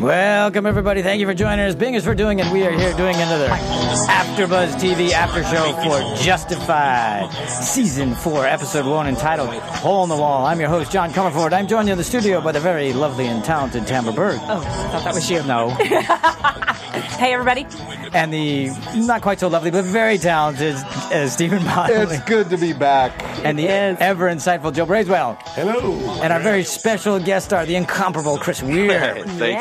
Welcome, everybody. Thank you for joining us. Bing is for doing it. We are here doing another AfterBuzz TV after show for Justified, Season 4, Episode 1, entitled Hole in the Wall. I'm your host, John Comerford. I'm joined in the studio by the very lovely and talented Tamara Berg. Oh, I thought that was you. No. Hey, everybody. And the not quite so lovely, but very talented uh, Stephen Bodley. It's good to be back. And the ever insightful Joe Braiswell. Hello. And our very special guest star, the incomparable Chris Weir. Thank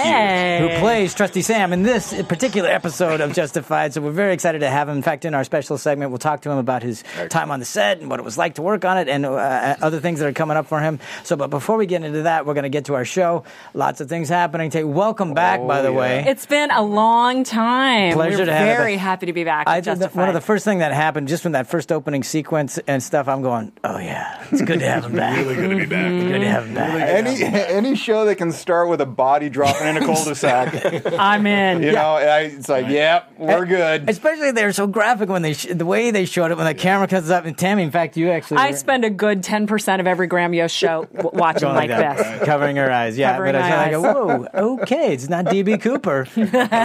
who Yay. plays Trusty Sam in this particular episode of Justified. So we're very excited to have him. In fact, in our special segment, we'll talk to him about his time on the set and what it was like to work on it and uh, other things that are coming up for him. So, but before we get into that, we're going to get to our show. Lots of things happening. Take welcome back, by the way. It's been a long time. Pleasure We're to have you very back. happy to be back. I think with that Justified. one of the first thing that happened just from that first opening sequence and stuff. I'm going, oh yeah, it's good to have him back. really good to be back. Good to have him back. Any any show that can start with a body dropping in a cul-de-sac, I'm in. you know, I, it's like, yep, Eh, we're good. Especially they're so graphic when they sh- the way they showed it when the camera comes up and Tammy. In fact, you actually I were- spend a good 10% of every Graham Yost show w- watching Going like that, this. Covering her eyes, yeah. Covering but I, my I go, whoa, okay, it's not DB Cooper.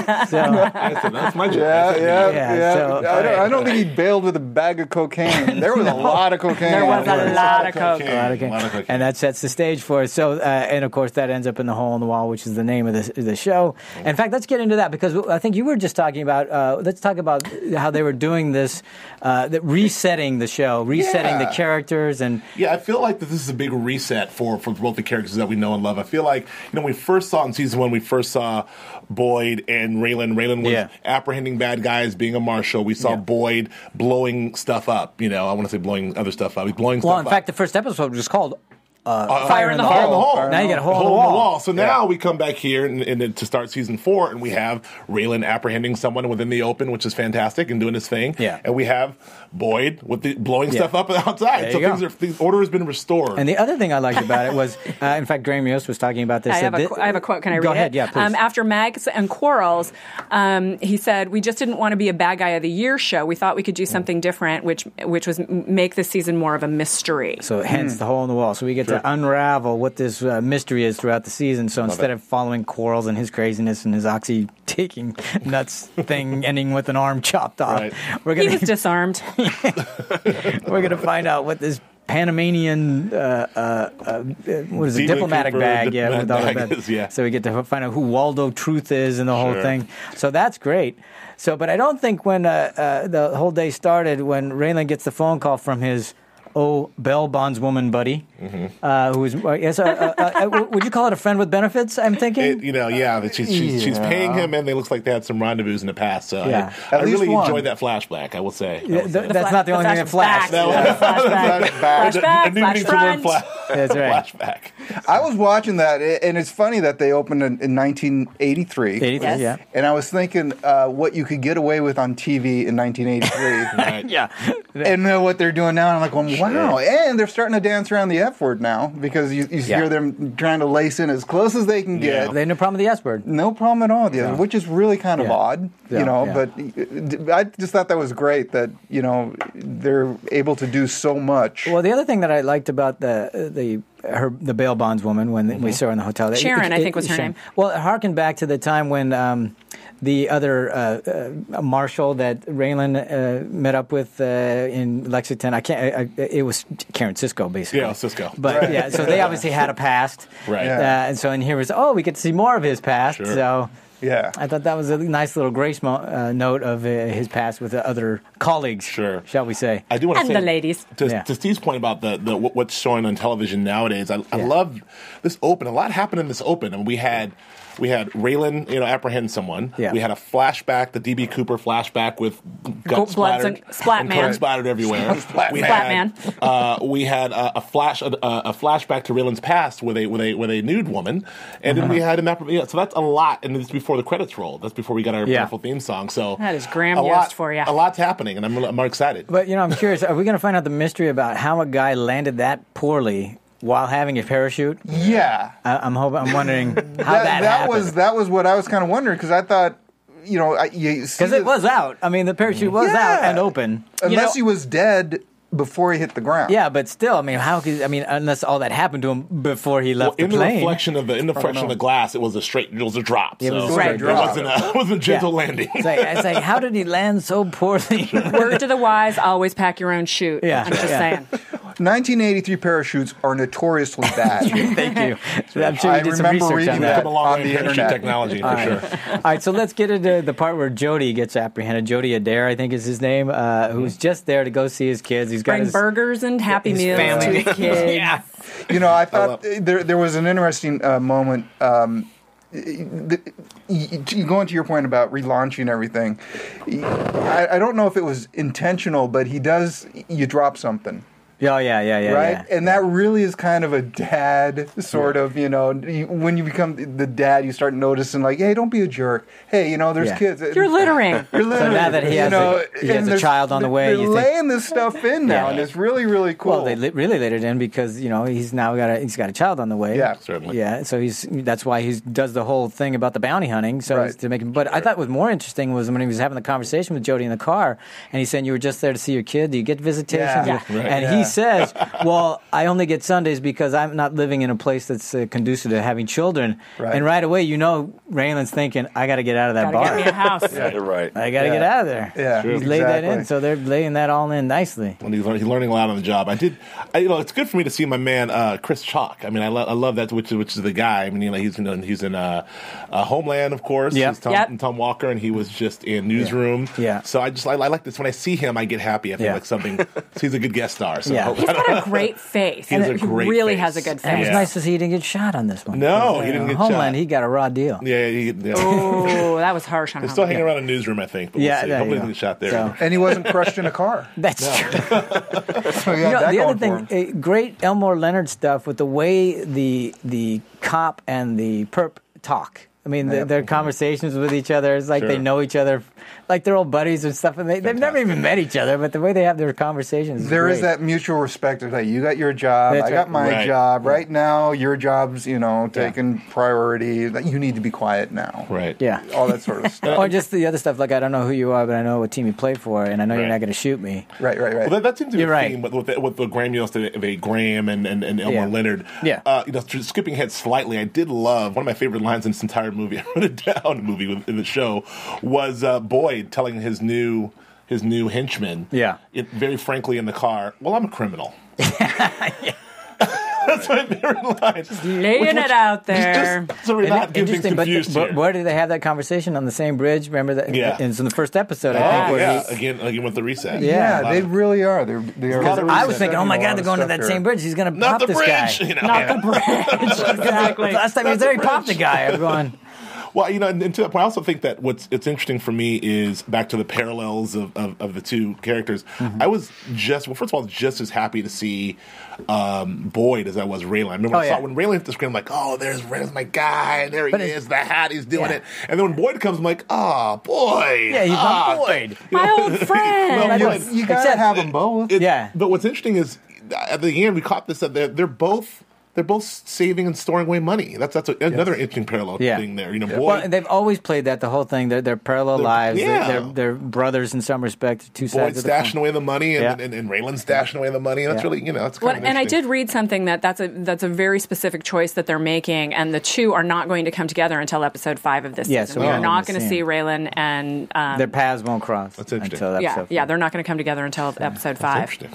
so, That's my Yeah, yeah, Yeah, yeah. so- I, don't, I don't think he bailed with a bag of cocaine. There was a lot of cocaine. There was a afterwards. lot of coke. a lot of- and that sets the stage for us. So, uh, and of course, that ends up in the hole in the wall, which is the name of the the show. In fact, let's get into that because I think you were just talking about. Uh, let's talk about how they were doing this, uh, that resetting the show, resetting Yeah. the characters, and Yeah, I feel like that this is a big reset for, for both the characters that we know and love. I feel like, you know, when we first saw in season one, we first saw Boyd and Raylan. Raylan was Yeah. apprehending bad guys, being a marshal. We saw Boyd blowing stuff up. You know, I want to say blowing other stuff up. He's blowing well, in stuff fact, up. the first episode was called Uh, Fire in the Fire in the Hole. Hole. Now you got a hole in the wall. So now we come back here and, and then to start season four, and we have Raylan apprehending someone within the open, which is fantastic, and doing his thing. Yeah. And we have Boyd with the blowing stuff up outside. There so you go. things are, things, order has been restored. And the other thing I liked about it was, uh, in fact, Graham Yost was talking about this. I that have, a, thi- qu- I have a quote. Can I read Go ahead, it? yeah, please. Um, after Mags and Quarrels, um, he said, "We just didn't want to be a bad guy of the year show. We thought we could do something different, which which was m- make this season more of a mystery." So hence the hole in the wall. So we get to unravel what this uh, mystery is throughout the season. So instead of following Quarles and his craziness and his oxy taking nuts thing ending with an arm chopped off, Right. we're he gonna was disarmed. we're gonna find out what this Panamanian uh, uh, uh, what is it Dealer diplomatic keeper, bag yeah diplomatic with all of bag that is, yeah. so we get to find out who Waldo Truth is and the whole Sure. thing so that's great so but I don't think when uh, uh, the whole day started when Raylan gets the phone call from his oh Bell bondswoman buddy Mm-hmm. uh, who is uh, yes uh, uh, uh, uh, w- would you call it a friend with benefits I'm thinking It- you know, yeah, that she's, she's, she's paying him, and they looks like they had some rendezvous in the past. So Yeah. I, I At least really one. enjoyed that flashback. I will say, I will Th- say. uh, th- that's not the only thing that flashback. flashed That was- Flashback. Flashback, I didn't flash need to front. learn fla- That's right. Flashback. I was watching that, a- and it's funny that they opened in, in 1983. 83, Yes. yeah And I was thinking uh, what you could get away with on TV in 1983. Right. and then what they're doing now, I'm like, well, wow. And they're starting to dance around the F word now because you, you Yeah. hear them trying to lace in as close as they can Yeah. get. they had no problem with the S word No problem at all, the other, which is really kind of Yeah. odd, Yeah, you know. yeah. But uh, I just thought that was great that you know they're able to do so much. Well, the other thing that I liked about the the her the bail bondswoman when we saw her in the hotel, that- Sharon, I think was her name. Well, it harkened back to the time when um, the other uh, uh, marshal that Raylan uh, met up with uh, in Lexington, I can't. I, I, it was Karen Cisco, basically. Yeah, Sisko. But yeah, so they obviously had a past, Right. Uh, and so in here was oh, we get to see more of his past. Sure. So Yeah. I thought that was a nice little grace mo- uh, note of uh, his past with the other colleagues, Sure. shall we say. I do want to And say the ladies. to, Yeah. to Steve's point about the, the what- what's showing on television nowadays. I, I Yeah. love this open. A lot happened in this open, and we had we had Raylan, you know, apprehend someone. Yeah. We had a flashback, the DB Cooper flashback with Go- gut bloods splattered, and- splat and man. blood splattered everywhere. we Splat had, man. Uh, we had a, a flash a, a flashback to Raylan's past with a with a with a nude woman, and then we Uh-huh. had an apprehend. Yeah, so that's a lot, and it's before the credits roll. That's before we got our Yeah. beautiful theme song. So That is a grandiose lot, for ya. A lot's happening, and I'm I'm excited. But you know, I'm curious. Are we going to find out the mystery about how a guy landed that poorly while having a parachute? Yeah. I, I'm hoping. I'm wondering how that, that happened. was that was what I was kind of wondering because I thought, you know, I, you see because it the- was out. I mean, the parachute was Yeah. out and open. unless know- he was dead before he hit the ground. Yeah, but still, I mean, how could I mean, unless all that happened to him before he Well, left in the the plane? reflection of the in the reflection of the glass, it was a straight, it was a drop. It so was a straight it drop. wasn't a, it wasn't a gentle Yeah. landing. It's like, it's like, how did he land so poorly? Word to the wise, always pack your own shoot. Yeah. I'm just Yeah. saying. 1983 parachutes are notoriously bad. Thank you. I'm sure I you did some research remember reading on We've that. come a long on way the in parachute internet. technology for sure. All right, so let's get into the part where Jody gets apprehended. Jody Adair, I think is his name, uh, who's just there to go see his kids. He's got Bring his burgers and happy his meals to family. his kids. yeah. you know, I thought there there was an interesting uh, moment. Um, the, you, you- going to your point about relaunching everything, I, I don't know if it was intentional, but he does. You drop something. Oh yeah, yeah, yeah. right? Yeah. And that really is kind of a dad sort of, you know, you- when you become the dad, you start noticing like, hey, don't be a jerk. Hey, you know, there's Yeah. kids. You're littering. You're littering. now that he you has a- know, he has and a there's- child on the way, They're you think- laying this stuff in now, Yeah. and it's really, really cool. Well, they li- really laid it in because you know he's now got a he's got a child on the way. Yeah. Certainly. Yeah, so he's that's why he does the whole thing about the bounty hunting. So Right. he's to make him. But I thought what was more interesting was when he was having the conversation with Jody in the car, and he's saying you were just there to see your kid. Do you get visitations? Yeah. Yeah. Right. And Yeah. he says, "Well, I only get Sundays because I'm not living in a place that's uh, conducive to having children." Right. And right away, you know, Raylan's thinking, "I got to get out of that Gotta get bar. me a house. right. I got to Yeah. get out of there." Yeah, he's laid that in. exactly. So they're laying that all in nicely. when he's, learn, he's learning a lot on the job. I did, I, you know, it's good for me to see my man uh, Chris Chalk. I mean, I, lo- I love that, which is which is the guy. I mean, you know, he's in he's in uh, uh, Homeland, of course. Yep. He's Tom, Yep. Tom Walker, and he was just in Newsroom. Yeah. So I just I, I like this when I see him, I get happy. I feel Yeah. like something. so he's a good guest star. So Yeah. He's got a great face. He has And a he great really face. has a good And it was face. Yeah. nice to see he didn't get shot on this one. No, Because, he didn't uh, get Homeland, shot. he got a raw deal. yeah, he, yeah. Oh, that was harsh on They're him. still hanging around in newsroom, I think. But Um, Yeah, we'll see. there you hopefully go. they get shot there. So- and he wasn't crushed in a car. That's true. So he had You know, that the going other for thing, him. eh, great Elmore Leonard stuff with the way the the cop and the perp talk. I mean, the, their conversations with each other is like they Sure. know each other, like they're old buddies and stuff, and they, they've never even met each other, but the way they have their conversations. There great. is that mutual respect of hey, you got your job, That's I got right. my Right. job. Right now, your job's you know taking priority. That you need to be quiet now. Right. Yeah. All that sort of Uh, stuff. Or just the other stuff, like I don't know who you are, but I know what team you play for, and I know you're Right. not going to shoot me. right. Right. Right. Well, that, that seems to be You're a right. theme with, with, the, with the Graham Yost, of a Graham and, and, and Elmer Yeah. Leonard. Yeah. Uh, you know, tr- skipping ahead slightly, I did love one of my favorite lines in this entire movie. I wrote it down. Movie with- in the show was uh, Boyd telling his new his new henchman. Yeah. It, very frankly, in the car. Well, I'm a criminal. That's my favorite line. laying it out there. Just, so we're Isn't not that getting things but, confused but here. where did they have that conversation on the same bridge? Remember that? Yeah. It's in the first episode, I think. Oh, where he- yeah. Again, again with the reset. Yeah. Yeah, they really are. They're, they are. Because I was thinking, oh my You know, God, all they're this going to stuff that here. same bridge. He's going to Not pop the this bridge. guy. You know? Not the bridge. exactly. Last time he was there, he popped the guy. I'm going, Well, you know, and, and to that point, I also think that what's it's interesting for me is back to the parallels of, of, of the two characters. Mm-hmm. I was just well, first of all, just as happy to see um, Boyd as I was Raylan. I remember when Oh, I saw yeah. when Raylan hit the screen, I'm like, oh, there's Raylan's my guy, and there he But it- is, the hat, he's doing Yeah. it. And then when Boyd comes, I'm like, oh, Boyd, Yeah, he's ah, on Boyd. you My know? old friend. Well, That you- is- You gotta Except- have them both. it- Yeah. But what's interesting is at the end we caught this that they're, they're both they're both saving and storing away money. That's that's a, another interesting parallel Yeah. thing there. You know, well, Boyd. and they've always played that the whole thing. They're, they're parallel lives. yeah. They're, they're, they're brothers in some respect. Two sides Boyd's of the coin. dashing away the money, and, Yeah. and, and, Raylan's dashing away the money. That's Yeah. really, you know, that's Well, kind of and I interesting. did read something that that's a that's a very specific choice that they're making, and the two are not going to come together until episode five of this Yeah, so season. we we are won't not see going to him. see Raylan and um, Their paths won't cross. That's interesting. Until yeah, episode yeah, four. they're not going to come together until episode five. Interesting.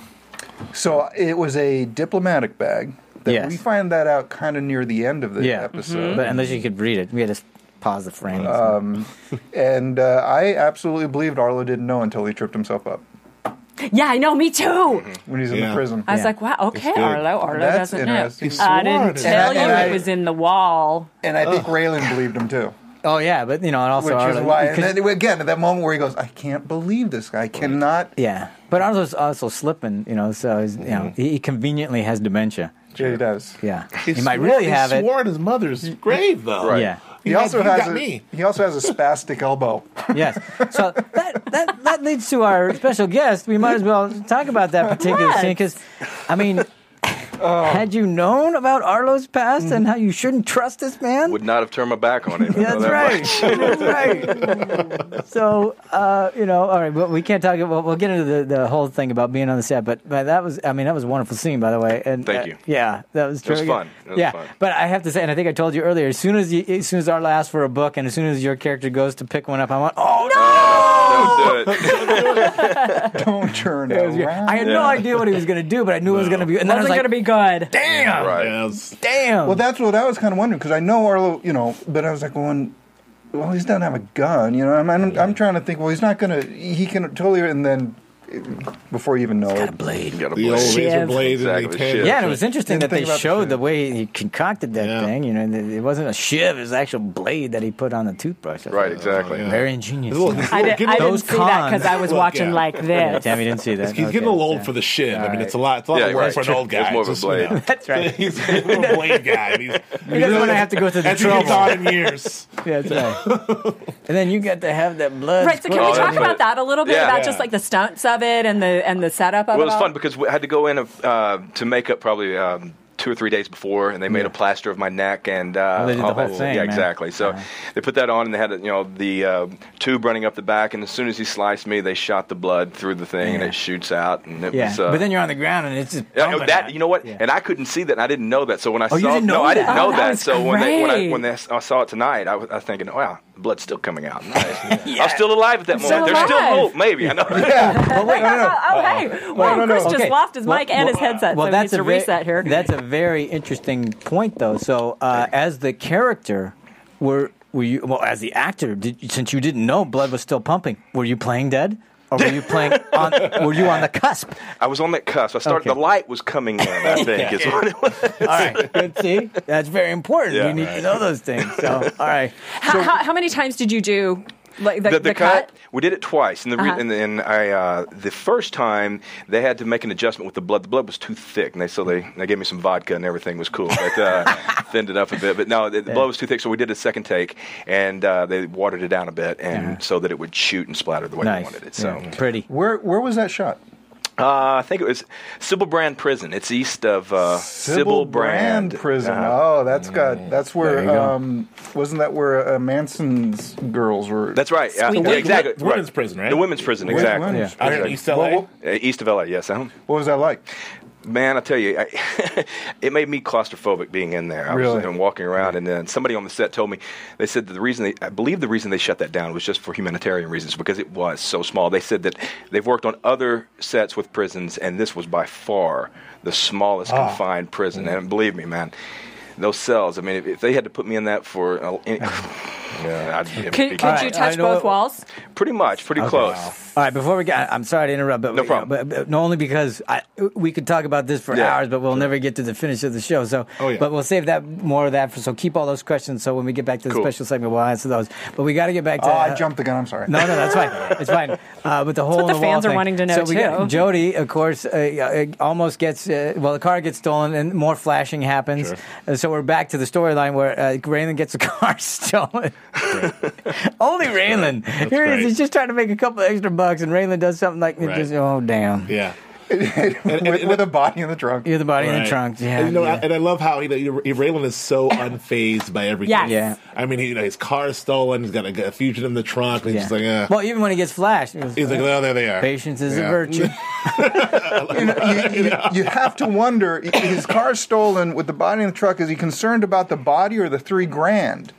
So it was a diplomatic bag. That Yes. We find that out kind of near the end of the yeah. Mm-hmm. episode. But unless you could read it, we had to s- pause the frame. Um, And uh, I absolutely believed Arlo didn't know until he tripped himself up Yeah, I know. Me too. Mm-hmm. when he's in Yeah. the prison. I was Yeah. like, wow, okay, good. Arlo. Arlo That's doesn't interesting. know. He I swore didn't it. tell And I- you and I- it was in the wall. and I think Raylan believed him too, oh yeah, but you know, and also which is Arlo- why. And because- then again, at that moment where he goes, "I can't believe this guy. I cannot." yeah, but Arlo's also slipping, you know, so he's, you know he he conveniently has dementia. Yeah, he does. Yeah, Mm-hmm. He, he, might swore- really he have it. swore in his mother's grave, though. Right. Yeah. He, He also got, he has got a, me. he also has a spastic elbow. Yes. So that, that that leads to our special guest. We might as well talk about that particular scene because, I mean, Oh. had you known about Arlo's Mm-hmm. past and how you shouldn't trust this man, Would not have turned my back on him. I Yeah, know that's that right. much. that's right. So uh, you know, all right. Well, we can't talk. About, we'll get into the, the whole thing about being on the set, but, but that was, I mean, that was a wonderful scene, by the way. And uh, Thank you. yeah, that was It was terrific. fun. It was yeah, fun. but I have to say, and I think I told you earlier. As soon as you, as soon as Arlo asks for a book, and as soon as your character goes to pick one up, I went, oh no. Don't do it. Don't turn It was great. around. I had no Yeah. idea what he was going to do, but I knew it was going to be. And then I was Wasn't like, going to be good. damn, Right. Yes. damn. Well, that's what I was kind of wondering because I know Arlo, you know, but I was like, well, when, well, he doesn't have a gun, you know. I'm, I'm, I'm trying to think. Well, he's not gonna. He can totally. And then, eh, before you even know it, You gotta The old blame. razor Shiv. blade and Exactly, the tan- shiv. yeah, and it was interesting that Didn't they think about the showed shiv. the way he concocted that Yeah. thing. You know, and it it wasn't a shiv; it was an actual blade that he put on the toothbrush. I Right, thought, exactly. yeah. Very ingenious. Look, Yeah. I, did, give I it- didn't Those see that because I cons. was Look, watching yeah. like this. Tammy didn't see that. He's Okay, getting a little old yeah. for the shiv. I mean, it's a lot. It's a lot Yeah, of work right. for an old guy. It's more of a Just, you know. blade. That's right. he's a little blade guy. and He's, He doesn't want to have to go through the as he gets trouble. on in years. Yeah, that's right. and then you got to have that blood. Right, so can Oh, we that's talk right. about that a little bit Yeah. about Yeah. just like the stunts of it and the and the setup of Well, it it? was all? fun because we- I had to go in uh, to make up probably um, two or three days before, and they made a plaster of my neck and uh, Oh, they did the all whole that- thing, Yeah, man. exactly. So they put that on, and they had you know the uh, tube running up the back, and as soon as he sliced me, they shot the blood through the thing, and Yeah. it shoots out, and it Yeah, was. Uh, but then you're on the ground and it's just yeah, oh, bumping that out. you know what, Oh, Yeah. and I couldn't see that. and I didn't know that. So when I you saw, didn't know no, I didn't that? know Oh, that that. was so when they, when I great. when they, I saw it tonight, I was, I was thinking, wow, blood's still coming out. Nice. I'm still alive at that still moment. There's still alive. hope, maybe. I know. yeah. Wait, no, no, oh, hey. Wow, no, no. Chris just Okay. lost his mic and his headset, so he needs to a ve- reset here. That's a very interesting point, though. So, uh, as the character, were were you well as the actor? Did, since you didn't know blood was still pumping, were you playing dead, or were you playing on? Were you on the cusp? I was on that cusp. I started. Okay. The light was coming in. I think is what it was. All right, good. See, that's very important. Yeah. you need to know those things. So, all right, how, how, how many times did you do like the, The, the, the cut, we did it twice, and the re- Uh-huh. and, and I uh, the first time they had to make an adjustment with the blood. The blood was too thick, and they so they, they gave me some vodka, and everything was cool. But uh, thinned it up a bit. But no, the, the blood was too thick, so we did a second take, and uh, they watered it down a bit, and so that it would shoot and splatter the way they nice, wanted it. So Yeah, pretty. Where where was that shot? uh, I think it was Sybil Brand Prison. It's east of uh, Sybil Brand, prison. Uh, oh, that's got that's There you where go. um wasn't that where uh, Manson's girls were? that's right. Yeah, Sweet. yeah, exactly. The women's right. prison, right? The women's prison, Where's exactly. Women's Out in Prison? East LA? What, what- Uh, East of LA, yes. huh? what was that like? Man, I tell you, I, it made me claustrophobic being in there. I was Really? and walking around, and then somebody on the set told me they said that the reason they, I believe the reason they shut that down was just for humanitarian reasons because it was so small. They said that they've worked on other sets with prisons, and this was by far the smallest Ah. confined prison. Mm. And believe me, man, those cells. I mean, if, if they had to put me in that for, uh, any, yeah, I'd, it'd Could, be- could All you right, I touch know both it- walls? pretty much, pretty close. All right, before we get, I- I'm sorry to interrupt, but No problem. But, but no, only because I, we could talk about this for Yeah. hours, but we'll never get to the finish of the show. So, Oh, yeah. but we'll save that more of that for. So keep all those questions. So when we get back to the Cool. special segment, we'll answer those. But we got to get back to. Oh, I uh, jumped the gun. I'm sorry. No, no, that's fine. It's fine. Uh, but the whole what the in wall fans are thing. wanting to know, So we got too. Jody, of course, uh, uh, almost gets uh, well. The car gets stolen, and more flashing happens. Sure. Uh, so we're back to the storyline where uh, Raylan gets the car stolen. Only Raylan. Here he is. right. He's just trying to make a couple extra bucks, and Raylan does something like Right. just oh damn. Yeah. with, with a body in the trunk. You're the body in Right. the trunk. Yeah. and, you know, yeah. I, and I love how you know, you- Raylan is so unfazed by everything. Yes. Yeah. I mean, he, you know, his car is stolen. He's got a, a fugitive in the trunk. And Yeah. he's just like, uh, well, even when he gets flashed, he goes, he's like, oh, there they are. patience is Yeah. a virtue. You, know, you, you, you have to wonder: i- his car stolen with the body in the truck. Is he concerned about the body or the three grand?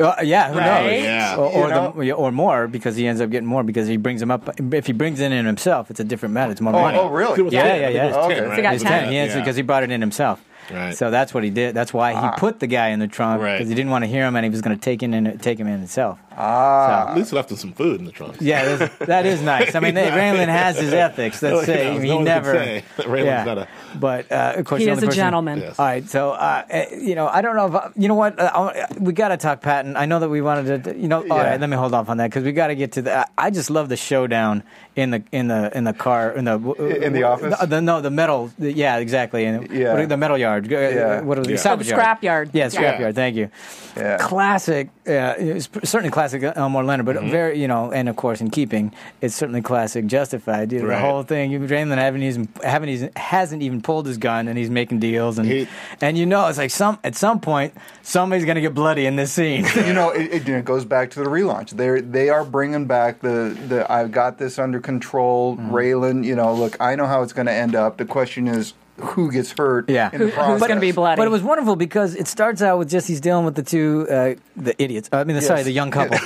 Uh, yeah, who Right. knows? Yeah. Or, or, You know? the, or more because he ends up getting more because he brings him up. If he brings it in himself, it's a different matter. It's more Oh, money. oh really? It was Yeah, ten. yeah, I think it yeah. was Okay. ten, So right? he got It was It's 10, ten. yeah, it's because he brought it in himself. Right. So that's what he did. That's why he put the guy in the trunk Right. because he didn't want to hear him, and he was going to take in and take him in himself. At least left him some food in the trunk. Yeah, that's, that is nice. I mean, they, Raylan has his ethics. That's No, it. yeah, he no one can never. say that Raylan's yeah. not a- But uh, of course, He the is only a person- gentleman. Yes. All right, so uh, eh, you know, I don't know if you know what uh, I- we got to talk Patton. I know that we wanted to, you know. All Yeah. right, let me hold off on that because we got to get to the. I just love the showdown in the in the in the car in the In the office? The, no, the metal. yeah, exactly. And Yeah. what are- the metal yard. uh, Yeah. What are the Yeah. salvage Oh, the yard. scrapyard. Yeah, Yeah. scrapyard. Thank you. Yeah. Classic, uh, it's certainly classic uh, Elmore Leonard, Mm-hmm. but very, you know, and of course in keeping, it's certainly classic Justified. You know, Right. The whole thing, you- Draymond haven't even, haven't even, hasn't even pulled his gun, and he's making deals, and He- and you know, it's like some at some point somebody's gonna get bloody in this scene. you know, it, it, you know, it goes back to the relaunch. They they are bringing back the the I've got this under control. Raylan, you know, look, I know how it's going to end up. The question is who gets hurt. Yeah. in the Who- who's gonna process. be bloody? But it was wonderful because it starts out with just he's dealing with the two uh, the idiots. I mean, the, sorry, the young couple.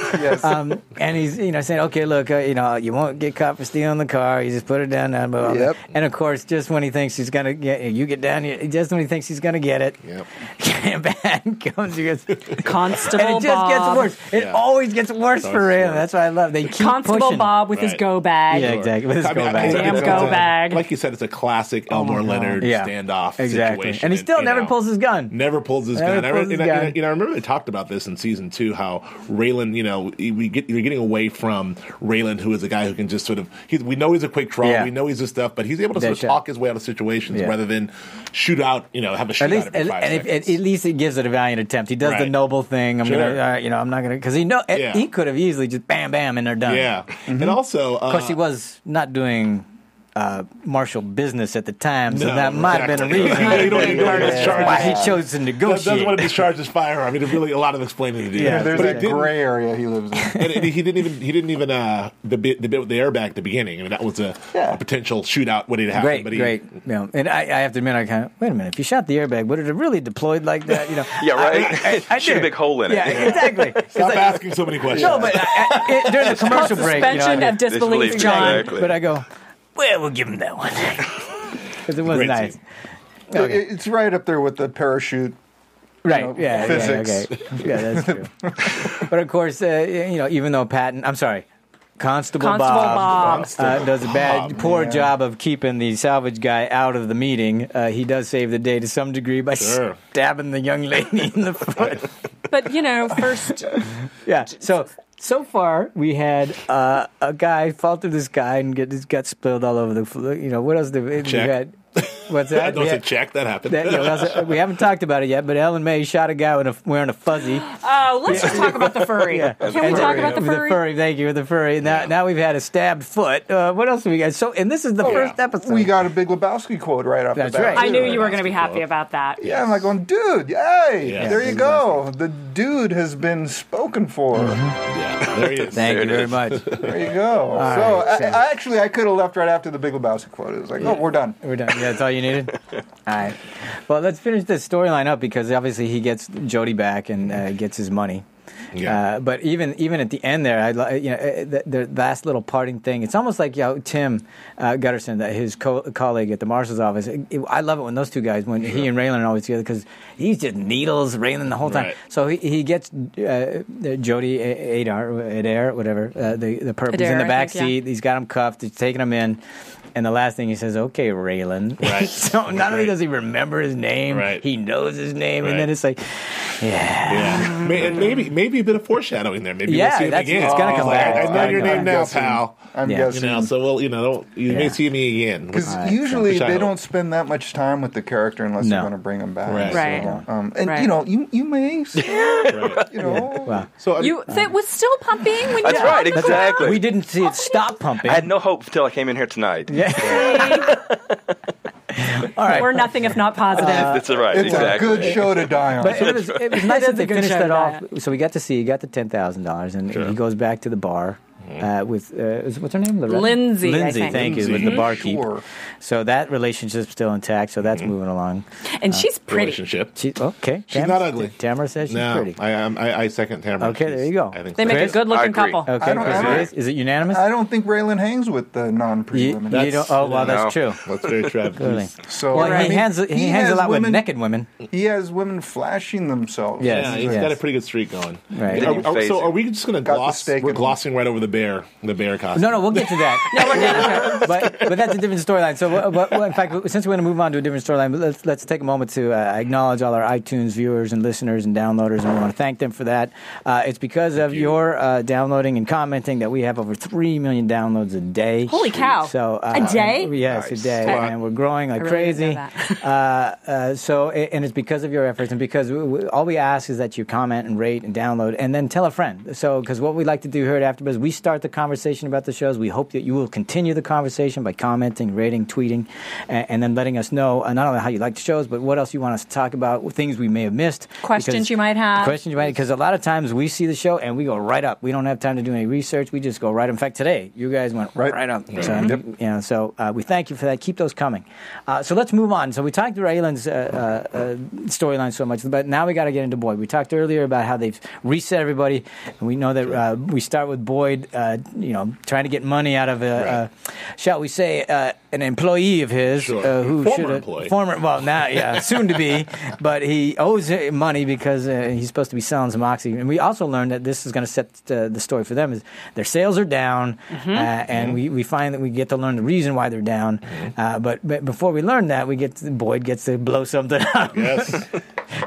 Yes. Um, and he's you know saying, okay, look, uh, you know, you won't get caught for stealing the car. You just put it down. Down. Blah, blah, blah. Yep. And of course, just when he thinks he's gonna get you get down here, just when he thinks he's gonna get it, Yep. bad comes. He goes. Constable And it just Bob. gets worse. It Yeah. always gets worse for always Raylan. worse. That's what I love. They keep Constable pushing. Bob with his Right. go bag. Yeah, exactly. With his I mean, go I back. think Damn it's go a- bag. Like you said, it's a classic Elmore Leonard Yeah. standoff Exactly. situation. And he still never know, pulls his gun. Never pulls his Never gun. I re- pulls his and I- and I- gun. you know, I remember they talked about this in season two, how Raylan, you know, he- we get you're getting away from Raylan, who is a guy who can just sort of he's, we know he's a quick draw, Yeah. we know he's this stuff, but he's able to sort of That's it. talk his way out of situations Yeah. rather than shoot out, you know, have a shootout At least, every and five and if, seconds. at, at least it gives it a valiant attempt. He does the Right. noble thing. I'm Sure. gonna, all right, you know, I'm not gonna because he know eh, Yeah. he could have easily just bam, bam, and they're done. yeah, and also uh, Of course, he was not doing uh, martial business at the time, so No, that might have been a exactly. reason. You don't- you don't- you don't want to discharge why his- he chose to does, doesn't negotiate. want to discharge his firearm. I mean, there's really a lot of explaining to do. Yeah, There's But he that didn't. gray area he lives in. and he didn't even he didn't even uh the bit the bit with the airbag at the beginning. I mean that was a, Yeah. a potential shootout waiting to happen. Great, but he, great. Yeah. And I, I have to admit, I kind of wait a minute. If you shot the airbag, would it have really deployed like that? You know? Yeah, right? I, I, I Shoot a do. big hole in it. Yeah, exactly. It's Stop like- asking so many questions. No, but I, I, it, during the commercial break, you know, I Suspension do. of disbelief, Disbelief, John. exactly. But I go, well, we'll give him that one because it was Great nice. scene. It- It's right up there with the parachute. Right. know, yeah. physics. Yeah, okay. yeah, that's true. but of course, uh, you know, even though Patton, I'm sorry, Constable, Constable Bob. Uh, does a bad, Bob, poor yeah. job of keeping the salvage guy out of the meeting. Uh, he does save the day to some degree by Sure. stabbing the young lady in the foot. But you know, first yeah. So so far we had uh, a guy fall through this guy and get his guts spilled all over the. fl- You know what else did we, Check. we had? What's that? that was We a had- check that happened. that- yeah, what else- we haven't talked about it yet, but Ellen May shot a guy with a, wearing a fuzzy. Oh, let's just talk about the furry. Yeah. Can we And talk the- about the furry? The furry, thank you, the furry. Now, now we've had a stabbed foot. Uh, what else do we got? So, and this is Oh, the first episode. We got a big Lebowski quote right off That's the bat. right. I knew Yeah. you were going to be happy about that. Yeah, I'm like going, dude, yay! Yeah. There you go. The dude has been spoken for. Mm-hmm. yeah, there he is. Thank There you it very is. much. There you go. so, right, I, I actually, I could have left right after the big Lebowski quote. It was like, oh, we're done. We're done. Yeah, that's all you needed. all right. Well, let's finish this storyline up because obviously he gets Jody back and uh, gets his money. Yeah. Uh, but even even at the end there, I li- you know uh, the, the last little parting thing. It's almost like you know, Tim uh, Gutterson, that his co- colleague at the marshal's office. It- it- I love it when those two guys, when he and Raylan are always together, because he's just needles Raylan the whole time. Right. So he, he gets uh, Jody A- Adar, Adair, whatever uh, the the perp. he's Adair, in the I back think, yeah. seat. He's got him cuffed. He's taking him in. And the last thing he says, okay, Raylan. Right. so not only Right. does he remember his name, Right. he knows his name. And then Right. it's like, Yeah. May- and maybe maybe a bit of foreshadowing there. Maybe Yeah, we'll see him that's- again. it's gonna He's come like, back. I- It's I know gonna your come name back. now, pal. I'm Yeah. You guessing. know, so well, you know, don't- you Yeah. may see me again. Because Right. usually Which I they hope. don't spend that much time with the character unless No. they're going to bring him back. Right. Right. So, um, and Right. you know, you you may, still, Right. you know, wow. So I mean, You that was still pumping when That's you right, were on the exactly. We didn't see it stop pumping. I had no hope until I came in here tonight. Yeah. All right. ground? Or nothing if not positive. That's right. it's exactly. a good show to die on. But it was, it was nice that It is they a good finished show that to off. So we got to see, he got the $10,000, and he goes back to the bar. uh, with uh, is, what's her name? Loretta? Lindsay, I Lindsay, think. thank you, with Mm-hmm. Lindsay. the barkeep. Mm-hmm. Sure. So that relationship's still intact. So Mm-hmm. that's moving along. and she's pretty. relationship. She, okay, She's Tam- not ugly. Tamara says she's no, pretty. I, I'm- I I second Tamara. Okay, She's- there you go. I think They so. make a Chris? good I looking agree. couple. okay, I don't- Chris, I don't- is, is it unanimous? I don't think Raylan hangs with the non-pretty You- women. you don't- oh, well, that's No. true. That's very tragic. Really. so Well, Right. he hands he, hangs a has lot with women- naked women. He has women flashing themselves. Yes. Yeah, Yeah, he's yes. got a pretty good streak going. Right. Are- are- Phase so it. are we just going to Got the gloss? steak We're in- glossing right over the bear, the bear costume. No, no, we'll get to that. no, we're not. but, but that's a different storyline. So, uh, but, well, in fact, since we're going to move on to a different storyline, but let's let's take a moment to uh, acknowledge all our iTunes viewers and listeners and downloaders, and we want to thank them for that. Uh, it's because of your uh, downloading and commenting that we have over three million downloads a day. Holy cow. So uh, A day? and- yes, Nice. a day, Wow. and we're growing like I really crazy. didn't know that. Uh, so, a- and it's because of your efforts, and because we, we, all we ask is that you comment and rate and download, and then tell a friend. So, because what we like to do here at AfterBuzz, we start the conversation about the shows. We hope that you will continue the conversation by commenting, rating, tweeting, and, and then letting us know uh, not only how you like the shows, but what else you want us to talk about, things we may have missed, Questions because- you might have. questions you might because a lot of times we see the show and we go right up. We don't have time to do any research. We just go right. In fact, today you guys went right, Right. up. So, you know, so uh, we thank you for that. Keep those coming. Uh, so let's move on. So we talked to Raylan's uh, uh, uh, storyline so much, but now we got to get into Boyd. We talked earlier about how they've reset everybody, and we know that uh, we start with Boyd. Uh, you know, trying to get money out of a, uh, shall we say, uh, an employee of his Sure. uh, who Former should employee. former well now yeah soon to be but he owes it money because uh, he's supposed to be selling some oxy and we also learned that this is going to set uh, the story for them is their sales are down Mm-hmm. uh, and we, we find that we get to learn the reason why they're down Mm-hmm. uh, but, but before we learn that we get to, Boyd gets to blow something up Yes,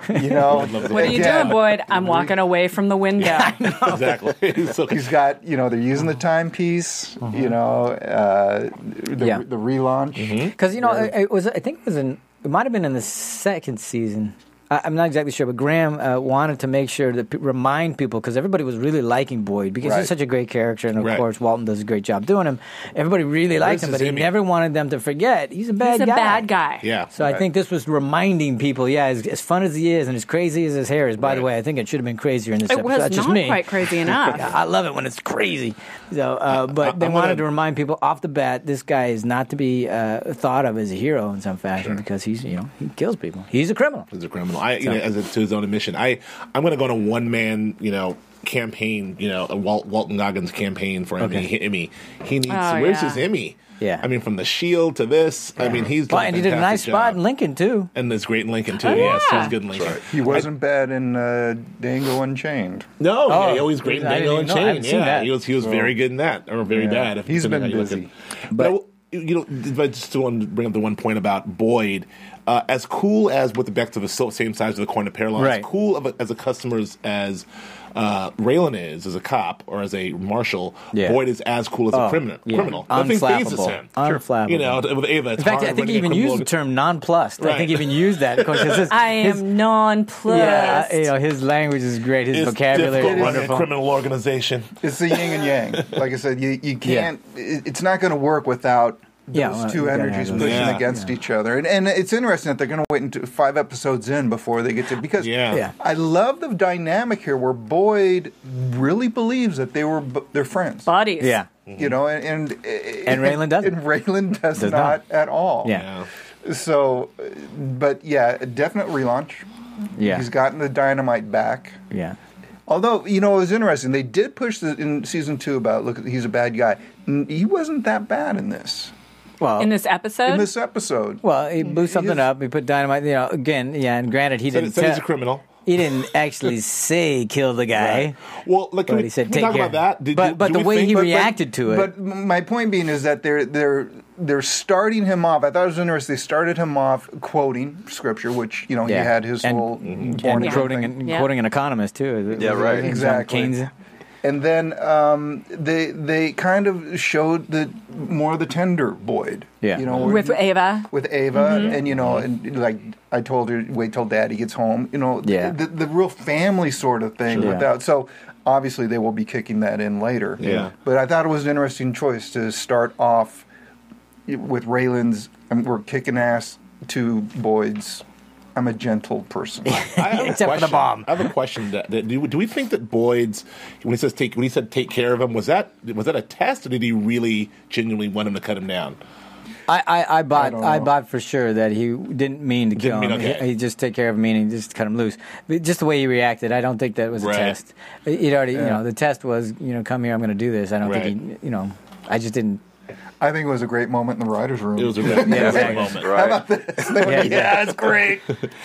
You know, what are you again, doing, Boyd? I'm walking away from the window. exactly. so, He's got, you know, they're using the timepiece, Mm-hmm. you know, uh, the, Yeah. the relaunch. Mm-hmm. Because you know, it, it was. I think it was in. It might have been in the second season. I, I'm not exactly sure, but Graham uh, wanted to make sure to p- remind people because everybody was really liking Boyd because Right. he's such a great character, and of Right. course Walton does a great job doing him. Everybody really liked This him, is but he Emmy. never wanted them to forget he's a bad He's a guy. bad guy. yeah. So I think this was reminding people, yeah, as, as fun as he is and as crazy as his hair is. By the way, I think it should have been crazier in this It episode. was That's just not me. quite crazy enough. Yeah, I love it when it's crazy. So, uh, but I- they I'm wanted gonna- to remind people off the bat, this guy is not to be uh, thought of as a hero in some fashion because he's you know he kills people. He's a criminal. as a criminal. I, you know, as a, to his own admission, I, I'm going to go on a one man, you know, campaign, you know, a Walt, Walton Goggins campaign for Emmy. Emmy. He needs. Oh, where's yeah. his Emmy? Yeah. I mean, from the Shield to this. I mean, he's. done Well, and he did a nice fantastic spot job. in Lincoln too. And it's great in Lincoln too. Oh, yes, yeah. he's good in Lincoln. He wasn't bad in uh, Dango Unchained. No, Oh, yeah, he always great in I didn't even Dangle and know. I Chain. haven't seen Yeah, that. he was he was very good in that, or very bad. If He's depending been how you look busy. at it. But, I will- you know, if I just want to bring up the one point about Boyd. Uh, as cool as with the back to the so- same size of the coin of parallel, Right. as cool of a, as a customer as- as uh, Raylan is as a cop or as a marshal, Yeah. Boyd is as cool as a Oh, criminal. yeah. Criminal, nothing phases Unflappable. him. Unflappable. You know, with Ava, it's In fact, hard I think winning he a even criminal- used the term nonplussed. I Right. think he even used that because his, I am nonplussed. yeah, you know, his language is great. His It's vocabulary difficult is running a wonderful. criminal organization. It's the yin and yang. Like I said, you, you can't, it, it's not going to work without those Yeah, well, you two gotta energies have pushing those. Yeah. against each other. And, and it's interesting that they're going to wait until five episodes in before they get to, because Yeah. Yeah. I love the dynamic here where Boyd really believes that they were b- they're friends. Buddies. Yeah, You know, and and, and Raylan doesn't. And Raylan does, Does not. not, at all. yeah, Oh. So, uh, but yeah, a definite relaunch. yeah, He's gotten the dynamite back. yeah. Although you know it was interesting, they did push the, in season two about look, he's a bad guy. N- He wasn't that bad in this Well, In this episode? in this episode. Well, he blew something is- up. He put dynamite. You know, again, yeah. And granted, he Said, didn't. said he's a tell- criminal. He didn't actually say kill the guy. Well, like, can But we, he said, can we "Take talk care." about that? But- but the we way he but- but- reacted to it. But m- my point being is that they're they're they're starting him off. I thought it was interesting. They started him off quoting scripture, which you know he had his and, Mm-hmm. whole born and again quoting thing. and Yeah. quoting an economist too. Yeah, right. John Exactly. Keynes. And then um, they they kind of showed the more of the tender Boyd. Yeah. You know, where with he- Ava. with Ava, and you know, and like I told her, wait till Daddy gets home. You know, Yeah. the, the real family sort of thing. Sure. Yeah. Without so obviously they will be kicking that in later. Yeah. But I thought it was an interesting choice to start off with Raylan's. and we're kicking ass to Boyd's. I'm a gentle person. I have a Except for the question. bomb. I have a question. That, that- do, we- do we think that Boyd's when he says take when he said take care of him was that was that a test or did he really genuinely want him to cut him down? I, I, I bought don't I, know. bought for sure that he didn't mean to kill Didn't mean him. okay. He, he just take care of him, meaning just cut him loose. But just the way he reacted, I don't think that was Right. a test. It it already, you know, the test was, you know, come here, I'm going to do this. I don't think Right. he, you know, I just didn't. I think it was a great moment in the writers' room. It was a real exactly. moment. Right. Yeah, yeah. that's great.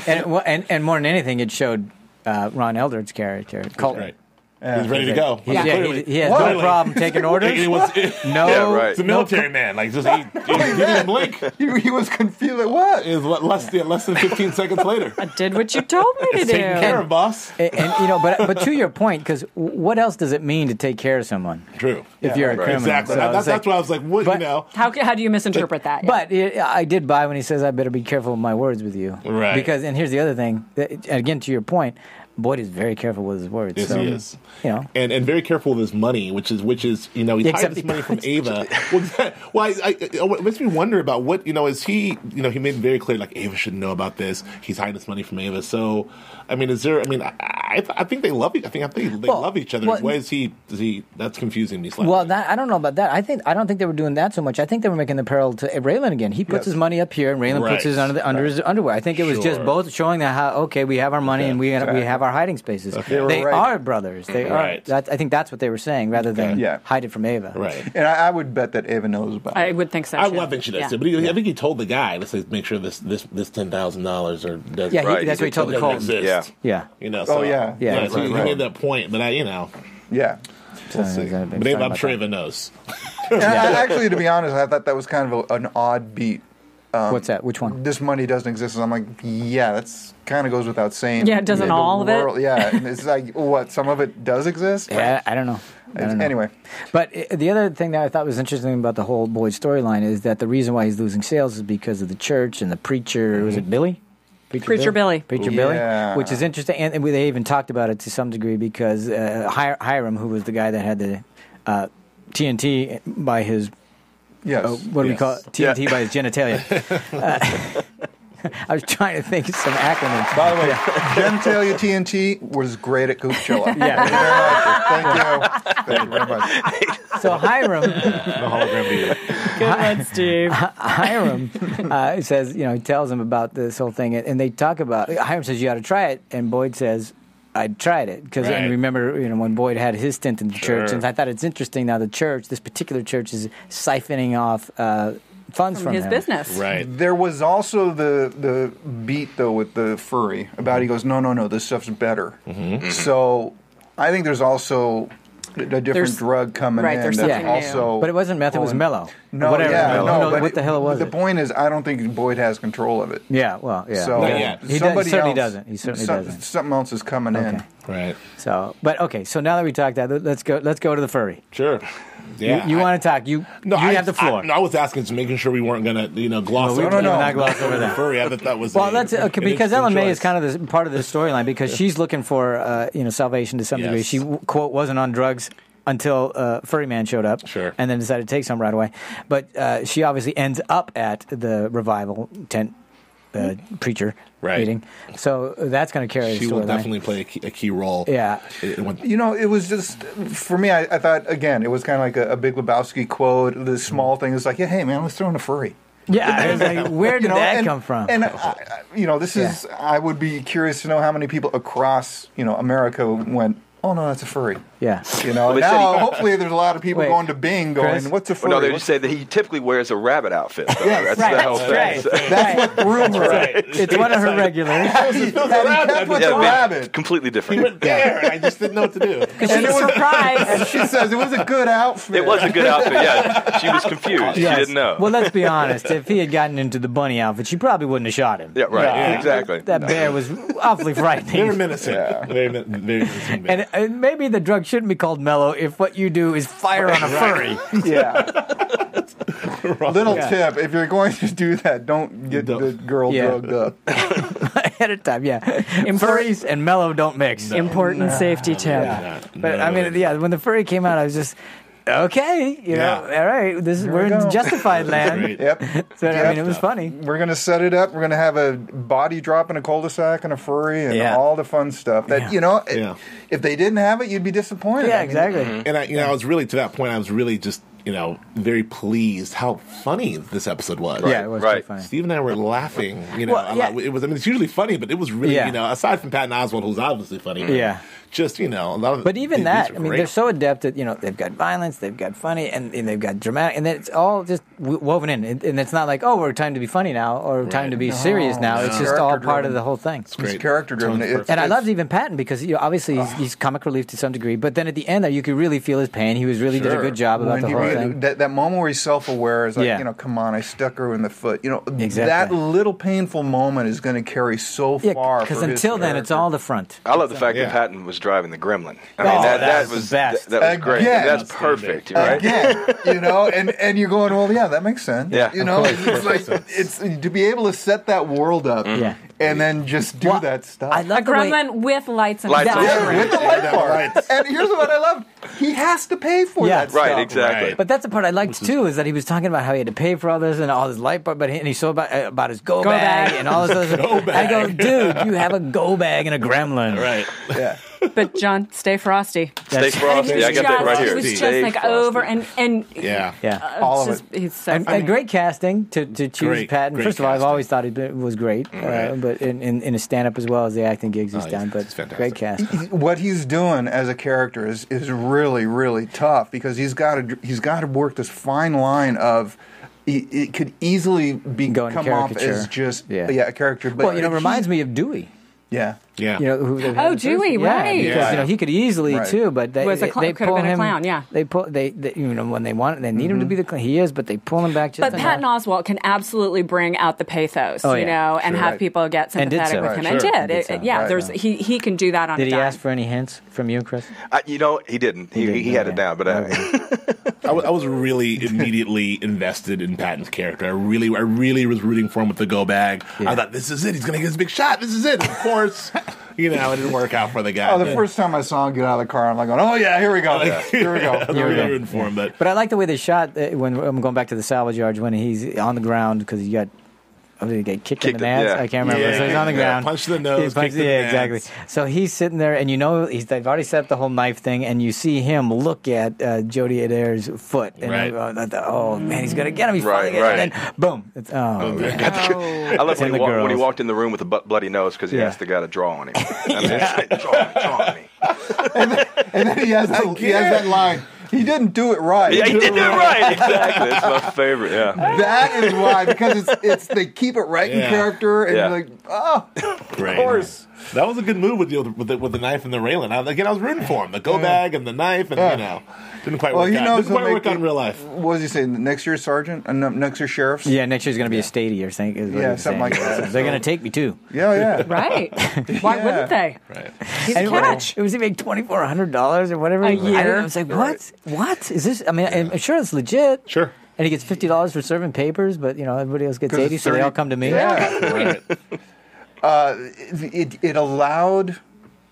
And, well, and and more than anything, it showed uh, Ron Eldred's character, Colton. Right. He's ready to go. He, yeah, Clearly. he, he has no Clearly. problem taking He orders. was- No, Yeah, right. He's a military man. Like just he, he, he didn't blink. It he, he was confused. Like, what? was le- less than less than fifteen seconds later. I did what you told me to It's do. taken care of, boss. and, and, you know, but but to your point, because what else does it mean to take care of someone? True. If you're a criminal, exactly. so That- it's that's, like- that's why I was like, what but- you know? How, ca- how do you misinterpret that? Yeah. But it, I did buy when he says, "I better be careful with my words with you." Right. Because, and here's the other thing. that- Again, to your point, Boyd is very careful with his words. Yes, so, he is. You know, and and very careful with his money, which is which is you know he Except hides his he- money from Ava. well, that- well, I, I, it makes me wonder about what you know is he you know he made very clear like Ava should know about this. He's hiding his money from Ava. So I mean, is there? I mean, I, I, I think they love. I think I think they Well, love each other. well- Why is he? Is he? That's confusing me slightly. well, that, I don't know about that. I think I don't think they were doing that so much. I think they were making the parallel to Raylan again. He puts Yes. his money up here, and Raylan Right. puts his under, the, under his underwear. I think it was just Sure. both showing that how okay we have our money and we we have our hiding spaces. were They right. are brothers. They Right. are. That, I think that's what they were saying, rather than Okay. Yeah. hide it from Ava. right. And I, I would bet that Ava knows about I it. would think so. I too. love that she does Yeah. it, but he, I think he told the guy, let's say, make sure this this this ten thousand dollars or does Yeah, he- Right. that's what he told the doesn't Colton. exist. Yeah. Yeah. You know, Oh, yeah. Yeah, so right, he right. made that point, but I, you know, Yeah. So there's that big but fight Ava, I'm about sure that. Ava knows. And I- I actually, to be honest, I thought that was kind of a, an odd beat. What's that? Which one? This money doesn't exist. And I'm like, yeah, that's kind of goes without saying. Yeah, it doesn't The all of it? world- Yeah, and it's like what some of it does exist. Yeah, I don't know. I don't know. Anyway, But i the other thing that I thought was interesting about the whole Boyd storyline is that the reason why he's losing sales is because of the church and the preacher. Was it Billy? Preacher Billy. Preacher Mm-hmm. Yeah. Billy, which is interesting, and, and we- they even talked about it to some degree because uh, Hi- Hiram, who was the guy that had the uh, TNT by his yes. uh, what do we call it? TNT by his genitalia. Uh, I was trying to think of some acronyms. By the way, Genitalia TNT was great at Coachella. Yeah. Thank you very much. Thank you. Thank you very much. So Hiram. The hologram beater. Good one, Steve. Hiram uh, says, you know, he tells him about this whole thing, and, and they talk about. Hiram says you ought to try it, and Boyd says. I tried it because I Right. remember, you know, when Boyd had his stint in the church, Sure. and I thought it's interesting. Now the church, this particular church, is siphoning off uh, funds from, His him. business. Right. There was also the the beat though with the furry about he goes no no no this stuff's better. So I think there's also a different There's- drug coming right, in. there's that's something new. also But it wasn't meth; it was pulling- mellow. No, whatever. yeah, I don't no, know but what the hell it was? The it? point is, I don't think Boyd has control of it. yeah, well, yeah. So Not yet. He, does- somebody certainly else- doesn't. He certainly some- doesn't. Something else is coming in. Right. So, but okay. So now that we talked that, let's go. Let's go to the furry. Sure. You- Yeah. you I- want to talk? You you I- have the floor. I, no, I was asking, just making sure we weren't gonna, you know, gloss we over. did no. not gloss over that. Furry, I thought that was. Well, a- that's okay, an because interesting Ellen May is choice. kind of this, part of the storyline because she's looking for uh, you know salvation to some degree. Yes. She quote wasn't on drugs until uh, Furry Man showed up, Sure. and then decided to take some right away. But uh, she obviously ends up at the revival tent uh, preacher Right. meeting, so uh, that's going to carry She the will storyline. definitely play a key, a key role. Yeah. It- it went- You know, it was just for me. I, I thought again, it was kind of like a, a Big Lebowski quote. The small thing is like, yeah, hey man, let's throw in a furry. Yeah, I was like, where did You know, that and- come from? And I, I, you know, this is. I would be curious to know how many people across you know America went. Oh no, that's a furry. yeah, You know, Well, they said now he- hopefully there's a lot of people Wait, going to Bing, going, Chris? "What's a Well, furry?" no, they What's- just say that he typically wears a rabbit outfit. Though. that's right, the whole thing. right. So- that's what threw me. it's one of her regulars. He- that he kept with the Yeah, I mean, rabbit. Completely He different. went there. and I just didn't know what to do. She was surprised. She says it was a good outfit. It was a good outfit. Yeah, she was Yes. confused. She didn't know. Well, let's be honest. If he had gotten into the bunny outfit, she probably wouldn't have shot him. yeah, right. Yeah. Exactly. That bear was awfully Very frightening. menacing. Very, min- very menacing. And, bear. and maybe the drug shouldn't be called mellow if what you do is fire on a furry. Yeah. Little tip: if you're going to do that, don't get Don't- the girl Yeah. drugged up. ahead of time, yeah. Furries and mellow don't mix. Important safety tip. But I mean, yeah, when the furry came out, I was just. okay, you know, Yeah. all right, this is, we're we in go. justified land. Great. Yep. So, I mean, Yep. it was funny. We're gonna set it up. We're gonna have a body drop in a cul-de-sac and a furry and Yeah. all the fun stuff. That Yeah. you know, Yeah. if they didn't have it, you'd be disappointed. I Yeah, Mm-hmm. mean, exactly. And I, you know, I was really to that point. I was really just, you know, very pleased how funny this episode was. Yeah, it was Right. too funny. Steve and I were laughing. You know, Well, a yeah. lot. it was. I mean, it's usually funny, but it was really, Yeah. you know, aside from Patton Oswald, who's obviously funny. but Yeah. Just you know, a lot of. But even these- that, these I are mean, great. they're so adept at you know they've got violence, they've got funny, and, and they've got dramatic, and then it's all just w- woven in. And, and it's not like oh, we're time to be funny now or time to be serious now. It's no. just all Character part driven. of the whole thing. It's Great. character driven. Tone's It's- And I it's- loved even Patton because you know obviously he's, he's comic relief to some degree, but then at the end there you could really feel his pain. He was really did a Sure. good job about when the you whole read- thing. That, that moment where he's self-aware is like, Yeah. you know, come on, I stuck her in the foot. You know, Exactly. that little painful moment is going to carry so far. Yeah, because for his until then it's character. all the front. I love the fact Yeah. that Patton was driving the Gremlin. I Oh, mean, that, that that was the was best. that, that was great. Again. That's perfect, right? Again, you know, and and you're going, well, yeah, that makes sense. Yeah. you know, it's like it's to be able to set that world up, Yeah. and then just do Well, that stuff. I A love the way- gremlin with lights and Lights stuff. on. yeah, with the light bar. lights. And here's what I loved: he has to pay for Yeah. that Right, stuff. exactly. Right. But that's the part I liked too is that he was talking about how he had to pay for all this and all his light bulb, but he, and he saw about, uh, about his go, Go bag, bag. and all this other stuff. I go, dude, you have a go bag and a gremlin. right. Yeah. But John, stay frosty. Stay frosty. I got that right It here. was just Stay like frosty. over and and Yeah. Yeah. uh, All of just- He's so And, funny. and great casting to, to choose Great, Patton. great First of all, I've casting. always thought he did- was great, uh, Right. but in, in, in his stand up as well as the acting gigs he's Oh, he's- done. But he's fantastic. great casting. what he's doing as a character is is really really tough because he's got to he's got to work this fine line of it, it could easily be Going come off caricature. as just Yeah. yeah. a character but well, you know, it reminds he- me of Dewey. yeah Yeah. You know, who they had Oh, in the first- Dewey, yeah, right. Because Yeah. you know he could easily Right. too, but they Was a clown- they could've pull been a him, clown, yeah. they pull they, they you know when they want they need him to be the Mm-hmm. clown. He is, but they pull him back just. But enough. Patton Oswalt can absolutely bring out the pathos, Oh, yeah. you know, and Sure. have Right. people get And did sympathetic so. with Right, him. sure. And And did. did It- so. it- yeah, Right, there's right. he he can do that on Did a he dime. ask for any hints from you, Chris? I, you know, he didn't. He, he, had it down, but Oh. I, I wa- I was really immediately invested in Patton's character. I really, I really was rooting for him with the go bag. Yeah. I thought, this is it. He's gonna get his big shot. This is it. Of course, you know, it didn't work out for the guy. oh the but- first time I saw him get out of the car I'm like going, oh yeah here we go here we I was go we really go. rooting for him, but But I like the way they shot uh, when I'm going back to the salvage yard when he's on the ground because he got. Oh, did he get kicked, in Kicked the in- ass? yeah. I can't remember. Yeah, so he's on the yeah, ground. punched in the nose, He punched- kicked in yeah, the exactly. ass. So he's sitting there, and you know he's, they've already set up the whole knife thing, and you see him look at uh, Jody Adair's foot, and Right. I, I thought, oh man, he's gonna get him. He's Right, finally gonna get him. right. And then boom! It's, oh, man. I love when And the he, wa- when he girls. walked in the room with a butt bloody nose because he Yeah. asked the guy to draw on him. I mean, it's like, draw, on me, draw on me. and then he has that, he has that line he didn't do it right Yeah, he did it right. Exactly. That's my favorite. Yeah. that is why because it's it's they keep it right Yeah. in character and Yeah. you're like oh Great. course. That was a good move with the, with the, with the knife and the railing. I, again, I was rooting for him. The go bag and the knife, and you know, didn't quite Well, work he out. knows didn't quite he'll work make out in it- real life. what was he saying next year's sergeant Uh, no, next year's sheriff's yeah, next year's gonna be a statey or something. is what Yeah, he was saying. something like that. They're gonna take me too. yeah yeah Right? Why Yeah. wouldn't they? Right. He's a And it was- catch. It was even twenty four hundred dollars or whatever A I- year. I was like, what? What is this? I mean, I'm sure it's legit. Sure. And he gets fifty dollars for serving papers, but you know everybody else gets 'Cause eighty, it's so they all 30 come to me. Yeah. Uh, Right. it, it allowed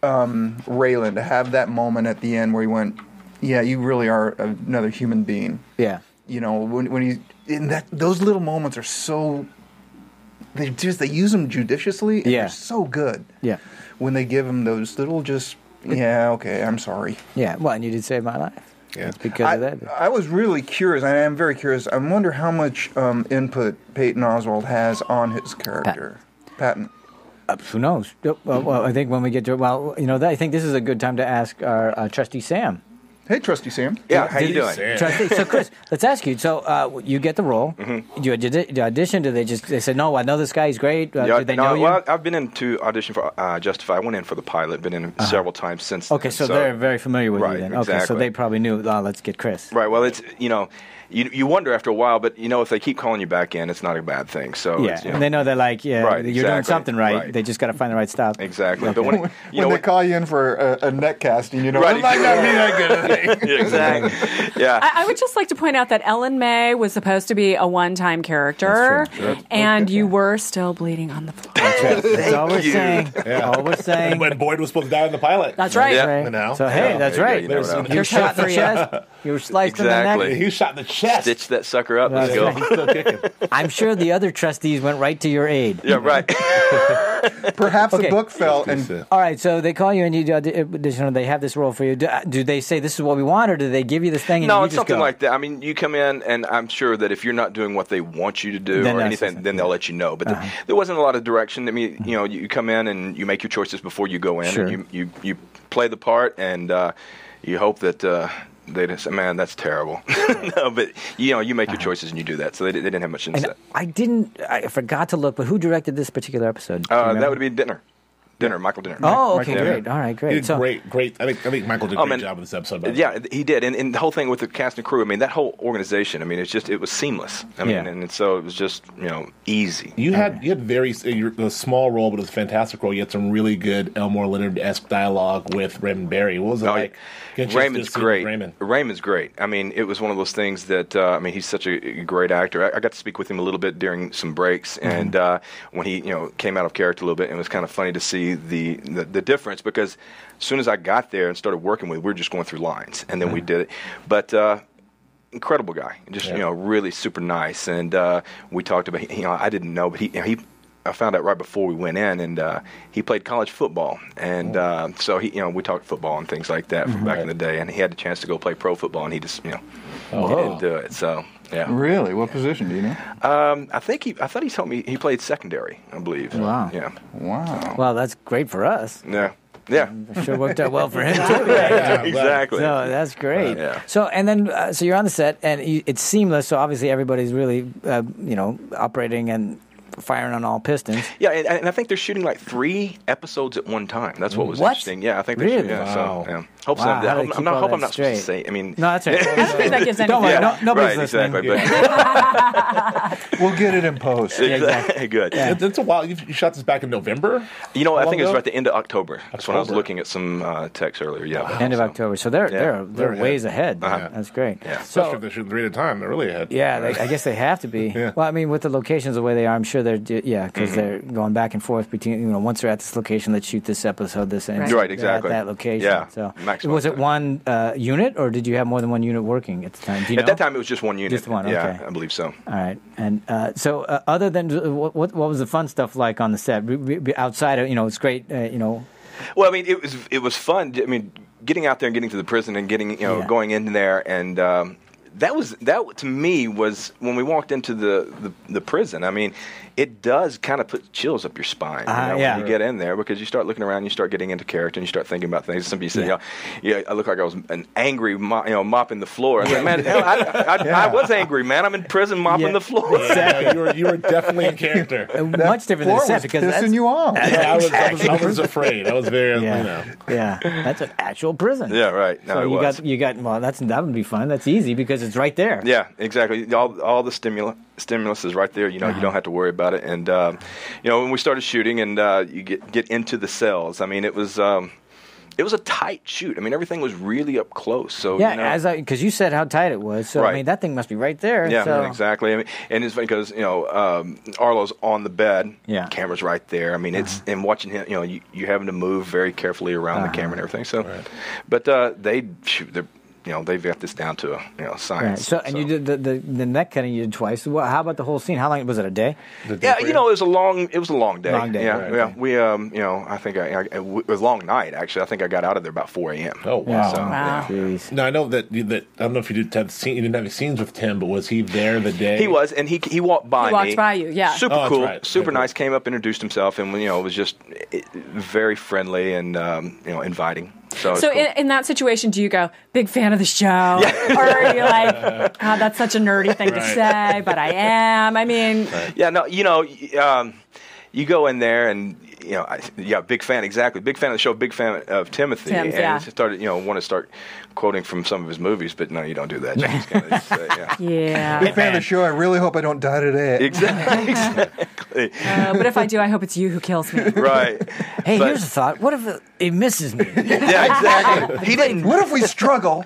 um, Raylan to have that moment at the end where he went, "Yeah, you really are another human being." Yeah. You know, when when he and that those little moments are so they just they use them judiciously. And Yeah. they're so good. Yeah. when they give him those little just. Yeah, okay, I'm sorry. Yeah. Well, and you did save my life. Yeah. It's because I, of that. I was really curious, and I am very curious. I wonder how much um, input Patton Oswald has on his character. Patton. Uh, who knows? Uh, Well, well, I think when we get to well, you know, that, I think this is a good time to ask our uh, trustee Sam. Hey, Trusty Sam. Yeah. How Did- you doing? Trustee. So, Chris, let's ask you. So, uh, you get the role. Mm-hmm. You, audi- you audition. Did they just? They said, "No, I know this guy. He's great." Uh, Yeah, did they no, know well, you? I've been into audition for uh, Justify. I went in for the pilot. Been in several times since. Uh-huh. Okay, then, so, they're very familiar with you Right, then. Okay, so exactly. they probably knew. Oh, let's get Chris. Right. Well, it's you know, you you wonder after a while, but you know, if they keep calling you back in, it's not a bad thing. So Yeah, it's, you know, and they know they're like, yeah, oh, Right, you're doing exactly, something right. right. They just got to find the right stop. exactly. But when it- you when know they what- call you in for a, a net casting, you know, Right, it might not be that good a thing. Yeah, exactly. Yeah. I, I would just like to point out that Ellen May was supposed to be a one-time character, and you were still bleeding on the floor. That's all we're saying. All we're saying. When Boyd was supposed to die in the pilot. That's right. Yeah. Right. You know? So hey, Yeah. that's There you right. go, you never You, know. shot in the Here's chest. You were sliced in the Exactly. neck. He shot in the chest. Stitch that sucker up. That's Let's go. right. Still kicking. I'm sure the other trustees went right to your aid. Yeah, right. Perhaps Okay. the book fell and That's it. All right, so they call you and you do audition, or they have this role for you. Do, do they say this is what we want, or do they give you this thing? And no, you it's just something go? like that. I mean, you come in, and I'm sure that if you're not doing what they want you to Then do or that's Uh-huh. anything, something. then they'll let you know. But the- there wasn't a lot of direction. I mean, you know, you come in and you make your choices before you go in. Mm-hmm. Sure. And you, you you play the part, and uh, you hope that. Uh, they just man, that's terrible. no, but you know, you make your choices and you do that. So they, di- they didn't have much Uh-huh. And insight. Uh, I didn't. I forgot to look, but who directed this particular episode? Do you Uh, that remember? would be dinner, dinner. Michael Dinner. Oh, okay, Michael Cera. great. All right, He great. did So, great, great. I think I think Michael did a Oh, great man. job in this episode. by the way. Yeah, he did, and, and the whole thing with the cast and crew. I mean, that whole organization. I mean, it's just it was seamless. I mean, Yeah. and so it was just you know easy. You had you had very s- you a small role, but it was a fantastic role. You had some really good Elmore Leonard esque dialogue with Raymond Barry. What was it Oh, like? yeah. Getting a chance to Raymond's see great. Raymond. Raymond's great. I mean, it was one of those things that uh, I mean, he's such a great actor. I, I got to speak with him a little bit during some breaks, Mm-hmm. and uh, when he you know came out of character a little bit, it was kind of funny to see the, the the difference because as soon as I got there and started working with, we were just going through lines, and then Mm-hmm. we did it. But uh, incredible guy, just you know, really super nice. And uh, we talked about you know I didn't know, but he he. I found out right before we went in, and uh, he played college football, Oh. and uh, so he, you know, we talked football and things like that back in the day. And he had the chance to go play pro football, and he just, you know, Oh, he didn't do it. So, yeah, really, what position do you know? um, I think he, I thought he told me he played secondary, I believe. Wow. Yeah, Wow. well, that's great for us. yeah, yeah, Sure worked out well for him too. exactly. No, that's great. Yeah. So, and then uh, so you're on the set, and you, it's seamless. So obviously everybody's really, uh, you know, operating and firing on all pistons. Yeah, and, and I think they're shooting like three episodes at one time. That's what was What? interesting. Yeah, I think they're Really? shooting. Yeah, Wow. so, yeah. Hope so. Wow, how do I'm, they I'm keep all not, hope that I'm not supposed to straight? say. I mean, No, that's right. I don't think that gives any. Don't worry, yeah, no, nobody's right, listening. exactly. But, We'll get it in post. exactly. Good. It- It's a while. You, you shot this back in November. You know, How I long think it was ago? right at the end of October. That's when I was October. looking at some uh, text earlier. Yeah. End of October. So they're they're they're they're ahead. ways ahead. Uh-huh. That's great. Yeah. Especially So if they're shooting three at a time, they're really ahead. Yeah, they, I guess they have to be. Yeah. Well, I mean, with the locations the way they are, I'm sure they're do- yeah because Mm-hmm. they're going back and forth between you know once they're at this location, let's shoot this episode, this and Right. You're right, they're exactly. at that location. Yeah, So maximum was it time. one uh, unit or did you have more than one unit working at the time? Do you At know? that time, it was just one unit. Just one, Yeah, okay. I believe so. All right, and uh, so uh, other than what, what what was the fun stuff like on the set Be- be- be outside of you know it's great uh, you know Well, I mean, it was it was fun. I mean, getting out there and getting to the prison and getting you know Yeah. going in there and um, that was that to me was when we walked into the the, the prison. I mean, it does kind of put chills up your spine Uh-huh, you know, yeah. when you get in there because you start looking around, you start getting into character, and you start thinking about things. Somebody said, Yeah. yeah, yeah, I look like I was an angry mo- you know mopping the floor. I said, man, hell, I, I, I was angry, man. I'm in prison mopping Yeah. the floor. Yeah, you were you were definitely in character. much different than the Floor set was because pissing that's you off. Yeah, I was, I was I was afraid. I was very you know. yeah yeah that's an actual prison Yeah, right. No, so it you was. got you got well that's that would be fun that's easy because it's right there Yeah, exactly. All all the stimulus stimulus is right there. You know, Uh-huh. you don't have to worry about it. And um, you know, when we started shooting, and uh, you get get into the cells. I mean, it was. Um, it was a tight shoot. I mean, everything was really up close. So Yeah, you know, as I because you said how tight it was, so I Right. mean that thing must be right there. Yeah, so- exactly. I mean, and it's funny because you know um, Arlo's on the bed. Yeah. Uh-huh. camera's right there. I mean, it's and watching him. You know, you, you having to move very carefully around the Uh-huh. camera and everything. So, but uh, they shoot. They're, you know, they've got this down to a you know Right. science. So and you did the, the the neck cutting you did twice. Well, how about the whole scene? How long was it? A day? Yeah, you know, it was a long. It was a long day. Long day, Yeah, right, yeah. okay. We, um, you know, I think I, I it was a long night actually. I think I got out of there about four a.m. Oh wow. So, Wow. Jeez. Now I know that you- that I don't know if you did have scene, you didn't have any scenes with Tim, but was he there the day? He was, and he he walked by He walked me. by you, yeah. Super Oh, that's cool, right. super Yeah, nice. Came up, introduced himself, and you know, was just eh, very friendly and um, you know, inviting. So, it's So cool. in, in that situation, do you go big fan of the show, or are you like, oh, that's such a nerdy thing to Right. say, but I am. I mean, Yeah, no, you know, y- um, you go in there and you know, I, yeah, big fan, exactly, big fan of the show, big fan of Timothy, Tim's, and yeah. started, you know, want to start quoting from some of his movies, but no, you don't do that. You just kinda just say, uh, yeah. yeah. Big fan of the show. I really hope I don't die today. Exactly. exactly. Uh, but if I do, I hope it's you who kills me. Right. Hey, But- here's a thought. What if it, it misses me? Yeah, exactly. He didn't What if we struggle?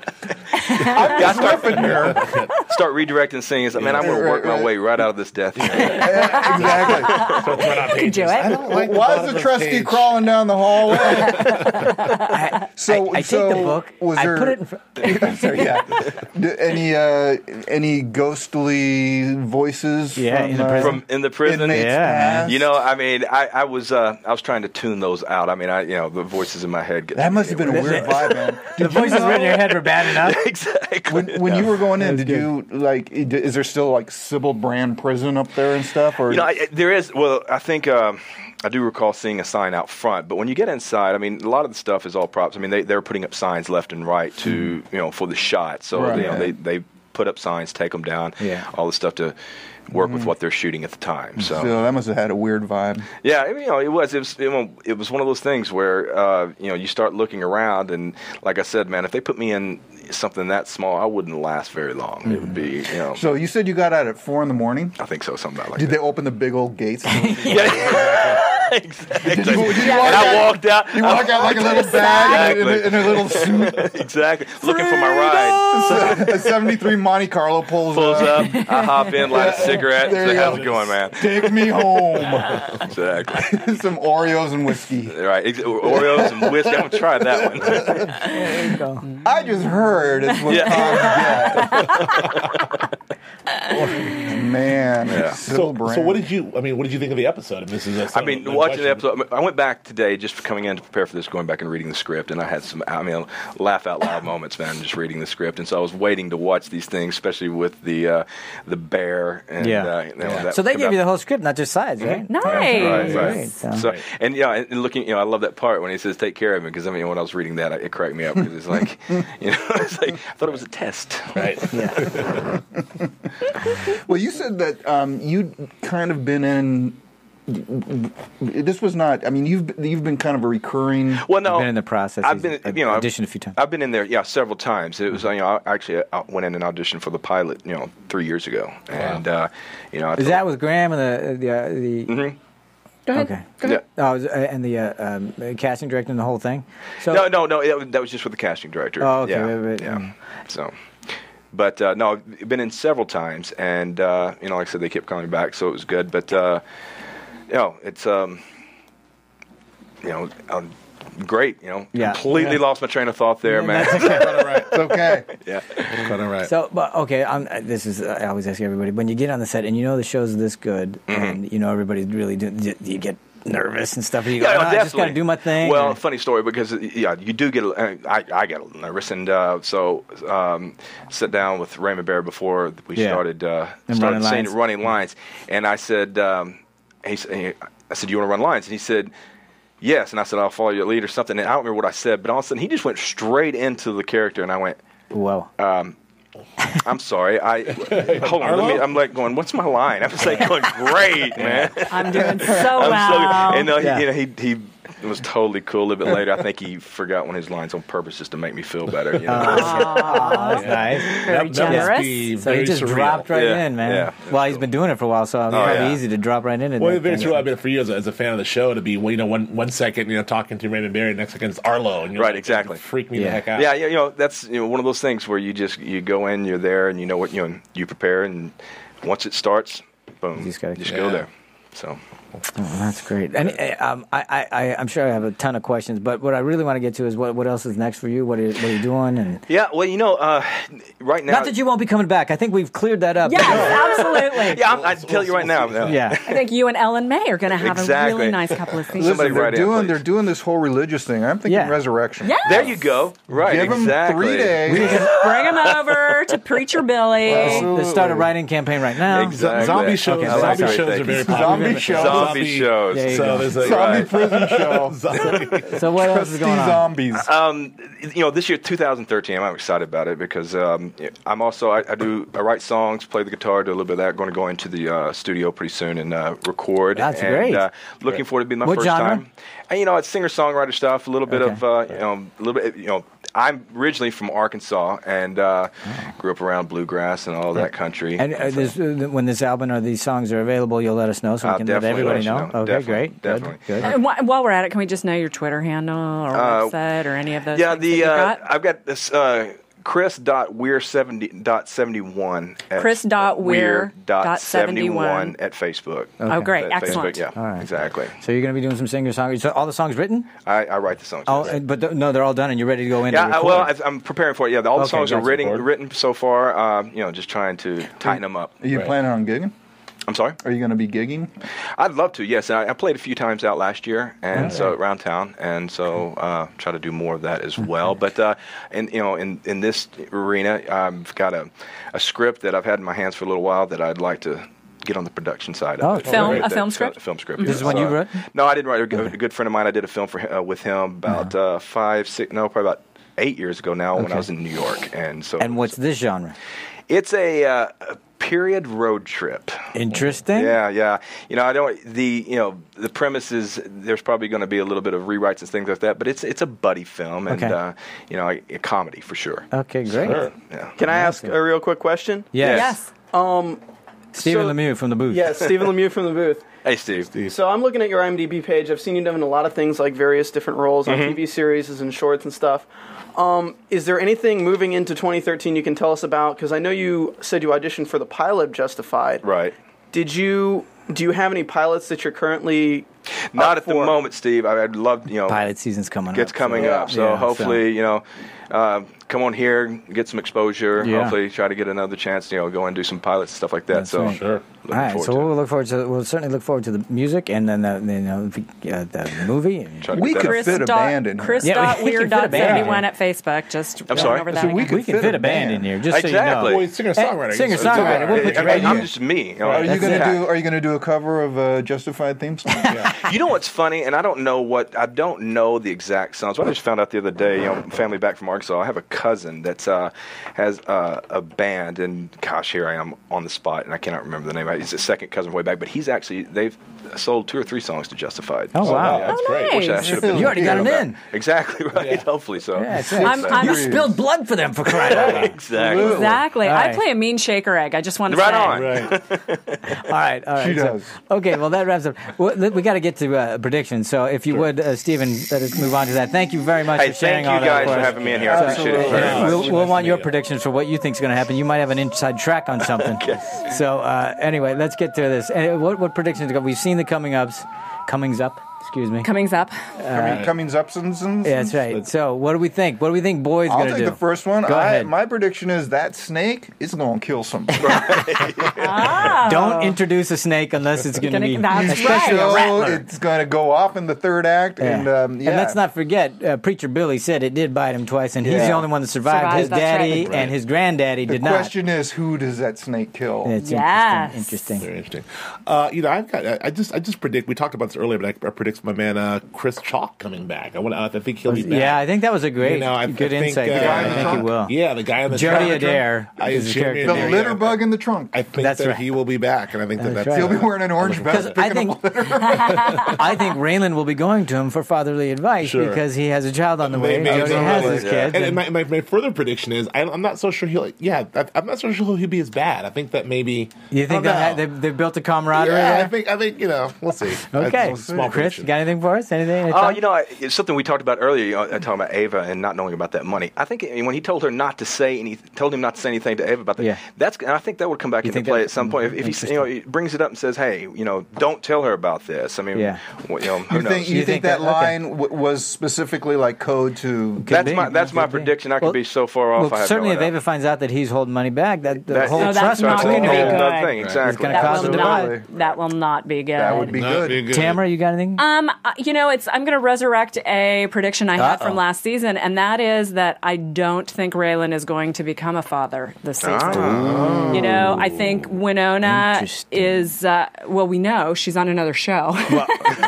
I start, start redirecting scenes. Man, I'm going to Right, work my right. way right out of this death. exactly. Right on I can do pages. it. I don't like the Why thought There's a the trustee page. crawling down the hallway. I, So- I, I so take the book. was I there- put it in front. so yeah, D- any uh, any ghostly voices? Yeah, from, in the uh, prison. from in the prison. inmates Yeah, man. past? You know, I mean, I, I was uh, I was trying to tune those out. I mean, I you know the voices in my head. Get, that must have been a weird vibe, man. The Did you voices know- right in your head were bad enough. exactly. When, when you were going in, did you like? i- Is there still like Sybil Brand prison up there and stuff? Or You know, I, I- there is. Well, I think um, I do recall seeing a sign out front. But when you get inside, I mean, a lot of the stuff is all props. I mean, they they're putting up signs left and right to you know for the shot. So Mm-hmm. Right. you know, they they put up signs, take them down, Yeah. all the stuff to work Mm-hmm. with what they're shooting at the time. So. so that must have had a weird vibe. Yeah, I mean, you know, it was it was it wa- it was one of those things where uh, you know you start looking around, and like I said, man, if they put me in something that small, I wouldn't last very long. It would be, you know, So you said you got out at four in the morning. I think so, something about like Mm-hmm. Did they that. open the big old gates? Did you- exactly. did you walk and I out- walked out. You walk out like a little bag in, a, in a little suit. exactly. Looking for my ride. A 73 Monte Carlo pulls, Pulls up. up. I hop in, light a cigarette. There Say, you how's go. it going, man? Take me home. Exactly. Some Oreos and whiskey. Right. Ex- Oreos and whiskey. I'm gonna try that one. I just heard it's what yeah. get. Man, Yeah. So, Sybil Brand. so what did you? I mean, what did you think of the episode? And this is, a I mean, watching the episode, I went back today just for coming in to prepare for this, going back and reading the script, and I had some, I mean, laugh out loud moments, man, just reading the script. And so I was waiting to watch these things, especially with the uh, the bear. And, Yeah. Uh, you know, that So they came gave you out- the whole script, not just sides, right? Nice. Right, Right, right. so- So, and yeah, and and looking, you know, I love that part when he says "take care of him" because I mean, when I was reading that, it cracked me up because it's like, you know, it's like I thought it was a test. right? Yeah. Well, you said that um, you'd kind of been in. This was not. I mean, you've you've been kind of a recurring. Well, no, I've been in the process. I've He's been, you know, I've- auditioned a few times. Mm-hmm. I've been in there, yeah, several times. It was, you know, I actually uh, went in and auditioned for the pilot, you know, three years ago, and uh, you know, I Is told- that with Graham and the the uh, the? Mm-hmm. Go ahead. Okay. Go ahead. Oh, is- uh, and the uh, um, uh, casting director and the whole thing. So no, no, no. That was, that was just with the casting director. Oh, okay, Yeah, wait, wait, yeah. mm. So, but uh, no, I've been in several times, and uh, you know, like I said, they kept calling me back, so it was good. But uh, you know, it's um, you know, um, great. You know, Yeah. completely lost my train of thought there, man. All right, It's okay. yeah. all right. So, but okay, i this is uh, I always ask everybody when you get on the set and you know the show's this good Mm-hmm. and you know everybody's really doing, you- you get nervous and stuff. And you go, Yeah, "Oh, no, I just got to definitely. do my thing. Well, or- funny story because yeah, you do get a- uh, I I got a little nervous and uh, so um, sat down with Raymond Bear before we Yeah. started uh, And started running saying lines. running lines, and I said um, he, s- he- I said you want to run lines, and he said. Yes, and I said I'll follow your lead or something. And I don't remember what I said, but all of a sudden he just went straight into the character, and I went, well, uh, "I'm sorry, I hold on." Let me, I'm like going, "What's my line?" I was like going, "Great, man." I'm doing so I'm so- well. and uh, Yeah. he, you know, he he was totally cool. A little bit later, I think he forgot one of his lines on purpose just to make me feel better. You know? Ah. oh, that's nice. very generous. So he just dropped right Yeah, in, man. yeah. well, he's been doing it for a while, so it's Oh, probably yeah. easy to drop right in. Well, very true. I've been for years as a fan of the show to be, well, you know, one one second, you know, talking to Raymond Barry, next second it's Arlo, and you're Right, like, exactly. freak me Yeah. the heck out. yeah, yeah, you know, that's you know one of those things where you just you go in, you're there, and you know what you know, you prepare, and once it starts, You boom, you just just, gotta- go Yeah. there. So That's great. And uh, um, I, I, I, I'm sure I have a ton of questions, but what I really want to get to is what, what else is next for you? What are, what are you doing? And yeah, well, you know, uh, right now, not that you won't be coming back. I think we've cleared that up. Yes, absolutely. yeah, I'm, I tell you right now, Yeah. I think you and Ellen May are going to have a Exactly. really nice couple of scenes. Somebody Listen, they're write in, doing please. they're doing this whole religious thing. I'm thinking Yeah. resurrection. Yes. There you go. Right, Give 'em exactly. three days. Bring him over to Preacher Billy. They start a writing campaign right now. Exactly. Zombie shows, Okay, zombie right, shows thank are you. very popular. Zombie show. Zombie shows. There you So go. there's a Zombie Right. prison show. zombie. So what else is Trusty going on? zombies. um, you know, this year 2013, I'm excited about it because um, I'm also I, I do I write songs, play the guitar, do a little bit of that. Going to go into the uh, studio pretty soon and uh, record. That's and, great. Uh, looking forward to be my What first genre? time. And you know, it's singer songwriter stuff. A little bit of uh, you know, a little bit you know. I'm originally from Arkansas and uh, grew up around bluegrass and all that country. Oh. And uh, this, uh, when this album or these songs are available, you'll let us know so we I'll can let definitely everybody let you know. know. Okay, Definitely, great. Good, definitely. Good. And wh- while we're at it, can we just know your Twitter handle or Uh, website or any of those? yeah, things that the you've uh, got? I've got this uh, chris.weir70.71 at Chris dot Weir dot 71 71 at Facebook. Oh, great. At Excellent. Facebook, yeah. right. Exactly. So you're going to be doing some singer song. So all the songs written? I, I write the songs. Oh, yes. and- but th- no, they're all done, and you're ready to go in. yeah, and I, record. well, I, I'm preparing for it. Yeah, all the Okay, songs are gotcha. written, written so far. Um, you know, just trying to tighten them up. Are you planning on gigging? I'm sorry. Are you going to be gigging? I'd love to. Yes, and I, I played a few times out last year, and so around town, and so uh, try to do more of that as well. But uh, in you know, in in this arena, I've got a a script that I've had in my hands for a little while that I'd like to. Get on the production side. Oh, of it. Film- Right, a that- film so- script? A film script. This is one you So- wrote? Uh-huh. No, I didn't write. it. A good, a good friend of mine. I did a film for, uh, with him about uh, five, six, no, probably about eight years ago now when I was in New York, and so. and what's this genre? It's a, uh, a period road trip. Interesting. Yeah, yeah. You know, I don't. The you know the premise is there's probably going to be a little bit of rewrites and things like that, but it's it's a buddy film and Okay. uh, you know a, a comedy for sure. Okay, great. Yeah. Can I ask a real quick question? Yes. Yes. Stephen So- Lemieux from the booth. Yeah, Stephen Lemieux from the booth. Hey, Steve. So I'm looking at your IMDb page. I've seen you doing a lot of things like various different roles Mm-hmm. on TV series and shorts and stuff. Um, is there anything moving into 2013 you can tell us about? Because I know you said you auditioned for the pilot of Justified. Right. Did you? Do you have any pilots that you're currently? Not up at the for? moment, Steve. I, I'd love you know. Pilot season's coming up. It's coming so- up, so yeah, hopefully you know. Uh, come on here, get some exposure. Yeah. Hopefully, try to get another chance. You know, go and do some pilots stuff like that. That's so, right. Sure. Looking All right, forward so to it. we'll look forward to. We'll certainly look forward to the music and then the, you know, the, uh, the movie. Try to We get that- could Chris fit a dot, band in here. Chris Yeah, dot we can Weir fit a dot band in 71 here. at Facebook. Just going sorry? over So that we again. could we can fit a band in here, just Exactly. so Well, you know. he's singer-songwriter. Hey, singer-songwriter, we'll put I you mean, right I'm here. just me. you know, Are you that's going to it. do? Are you going to do a cover of a Justified theme song? You know what's funny, and I don't know what I don't know the exact songs. But I just found out the other day. You know, family back from Arkansas. I have a cousin that's uh, has uh, a band, and gosh, here I am on the spot, and I cannot remember the name. He's a second cousin way back, but he's actually they've sold two or three songs to Justified. Oh, wow. yeah, That's Oh, great. nice. I should have been You already got thinking it about in. that. Exactly right. Hopefully so. Yeah, that's it. I'm, you I'm, spilled blood for them for crying out loud. Exactly. exactly. All I right. play a mean shaker egg. I just want to Right say. on. Right. All right, all right. She so- does. Okay, well that wraps up. Well, let- we got to get to uh, predictions. So if you would, uh, Stephen, let us move on to that. Thank you very much Hey, for sharing thank you all that. guys with for us. having me in here. I appreciate it Yeah, very much. We'll, we'll want your predictions for what you think is going to happen. You might have an inside track on something. So uh, anyway, let's get to this. Uh, what what predictions? We've seen the coming ups, comings up. Excuse me. Coming's up. Coming, Cummings Upsons. yeah, that's right. So what do we think? What do we think Boy's I'll going to take do? the first one. Go I, ahead. My prediction is that snake is going to kill somebody. Don't introduce a snake unless it's going to Oh. Gonna- be. that's especially right. a so rattler. it's going to go off in the third act, Yeah. and um, yeah. let's not forget, uh, Preacher Billy said it did bite him twice, and he's Yeah. the only one that survived. Survived, his that's daddy right. and his granddaddy The did question is, who does that snake kill? not. It's Yes. interesting. interesting. Very interesting. Uh, you know, I've got. I, I just, I just predict. We talked about this earlier, but I, I predict my man uh, Chris Chalk coming back. I want. I think he'll be back. Yeah, I think that was a great, You know, I- I good think, insight. uh, there. The guy I in think he trunk. will. Yeah, the guy in the Jody trunk. Adair I, is his Jody character. the Adair, litter yeah. bug in the trunk. uh, I think That's that right. he will be back, and I think that That's that's. right. He'll be uh, wearing an orange Because vest. I picking think, up litter. I think Raylan will be going to him for fatherly advice Sure. because he has a child on the way. Maybe Jody it's has really- his kids. And, and my, my, my further prediction is, I, I'm not so sure he'll. Yeah, I, I'm not so sure he'll be as bad. I think that maybe. you I don't think they'll ha- know. they they built a camaraderie? Yeah, I there? think I think you know. We'll see. Okay, That's a small Chris, prediction. you got anything for us? Anything? Any Oh, thought? you know, I- it's something we talked about earlier, you know, uh, talking about Ava and not knowing about that money. I think when he told her not to say any, told him not to say anything to Ava about that. Yeah. That's, and I think that would come back You into think play that- at some point. If, if he, s- you know, he brings it up and says, "Hey, you know, don't tell her about this." I mean, Yeah. well, you know, who You knows? think, you You think think that, that- okay. line w- was specifically like code to Could that's be. my that's my Could be. prediction. I could Well- be so far off. I Well, have certainly, no if idea. Ava finds out that he's holding money back, that the That- whole No, that's trust so it's not a going to whole be other good. thing. Exactly. gonna That cause will a not. delay. That will not be good. that would be good. Tamara, you got anything? Um, uh, you know, it's I'm going to resurrect a prediction I had Uh-oh. from last season, and that is that I don't think Raylan is going to become a father this season. You know, I think Winona Interesting. is. Uh, well, we know she's on another show.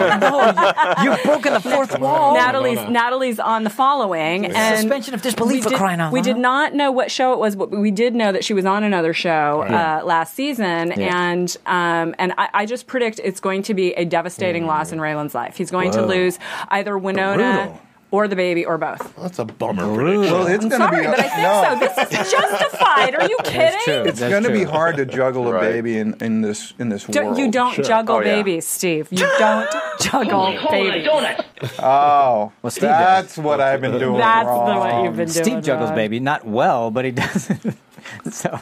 You've broken the fourth wall. Natalie's Natalie's on the following and Suspension of disbelief we for did, crying out We loud. did not know what show it was, but we did know that she was on another show uh, last season, Yeah. and um, and I, I just predict it's going to be a devastating loss in Raylan's life. He's going to lose either Winona. Brutal. or the baby or both. That's a bummer prediction. Well, it's I'm going to sorry, be. but I think no, so. This is justified. Are you kidding? That's true. It's That's going to true. be hard to juggle a Right. baby in, in this in this Don't- world. you don't juggle Oh, yeah. babies, Steve. You don't juggle babies. Oh, Well, Steve that's what I've been doing. That's the wrong. what you've been doing. Steve juggles uh, wrong. baby, not well, but he does. so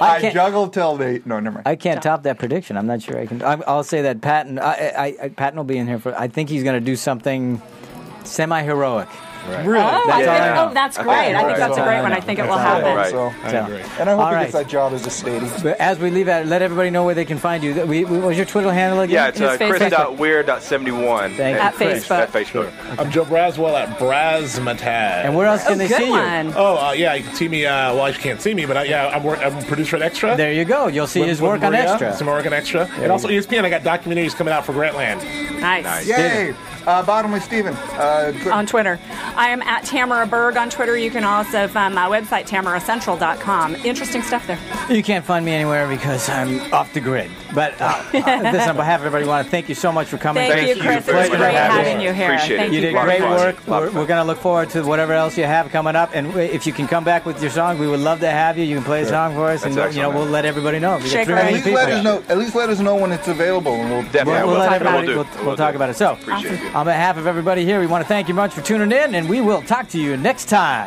I I can't. juggle till they. No, never mind. I can't top that prediction. I'm not sure I can. I, I'll say that Patton. I, I, I, Patton will be in here for. I think he's going to do something semi-heroic. really? Oh, That's all I I think, know. oh, that's great. I think that's a great one. I think it will happen. Right. So, I agree. and I hope All he right. gets that job as a stadium. But as we leave out, let everybody know where they can find you. We, we, what was your Twitter handle again? Yeah, it's uh, His Facebook. chris.weird.71. Thank at you. At Face- Facebook. At Facebook. I'm Joe Braswell at Brasmatad. and where else can Oh, they good see one. you? Oh, uh, yeah, you can see me. Uh, well, you can't see me, but I, yeah, I'm, work, I'm a producer at Extra. There you go. You'll see With- his with work on Maria, Extra. Some work on Extra. and also E ESPN, I got documentaries coming out for Grantland. Nice. Yay! Uh, bottom with Steven. Uh, Twitter. On Twitter. I am at Tamara Berg on Twitter. You can also find my website, tamaracentral.com. Interesting stuff there. You can't find me anywhere because I'm off the grid. But uh, this, on behalf of everybody, I want to thank you so much for coming. Thank, Thank you, you Chris. It very was much. great Appreciate having it. you here. Appreciate it. Thank You you. did Lot of great fun. work. Lot of We're, fun. we're going to look forward to whatever else you have coming up. And if you can come back with your song, we would love to have you. You can play a song for us, That's and we'll- you know excellent. we'll let everybody know. We got Shake three her at many least million let people. us know. At least let us know when it's available, and we'll Definitely. We'll, Yeah, we'll we'll let talk everybody. about it. We'll, We'll we'll, do. We'll talk do. about it. So, Appreciate you. on behalf of everybody here, we want to thank you much for tuning in, and we will talk to you next time.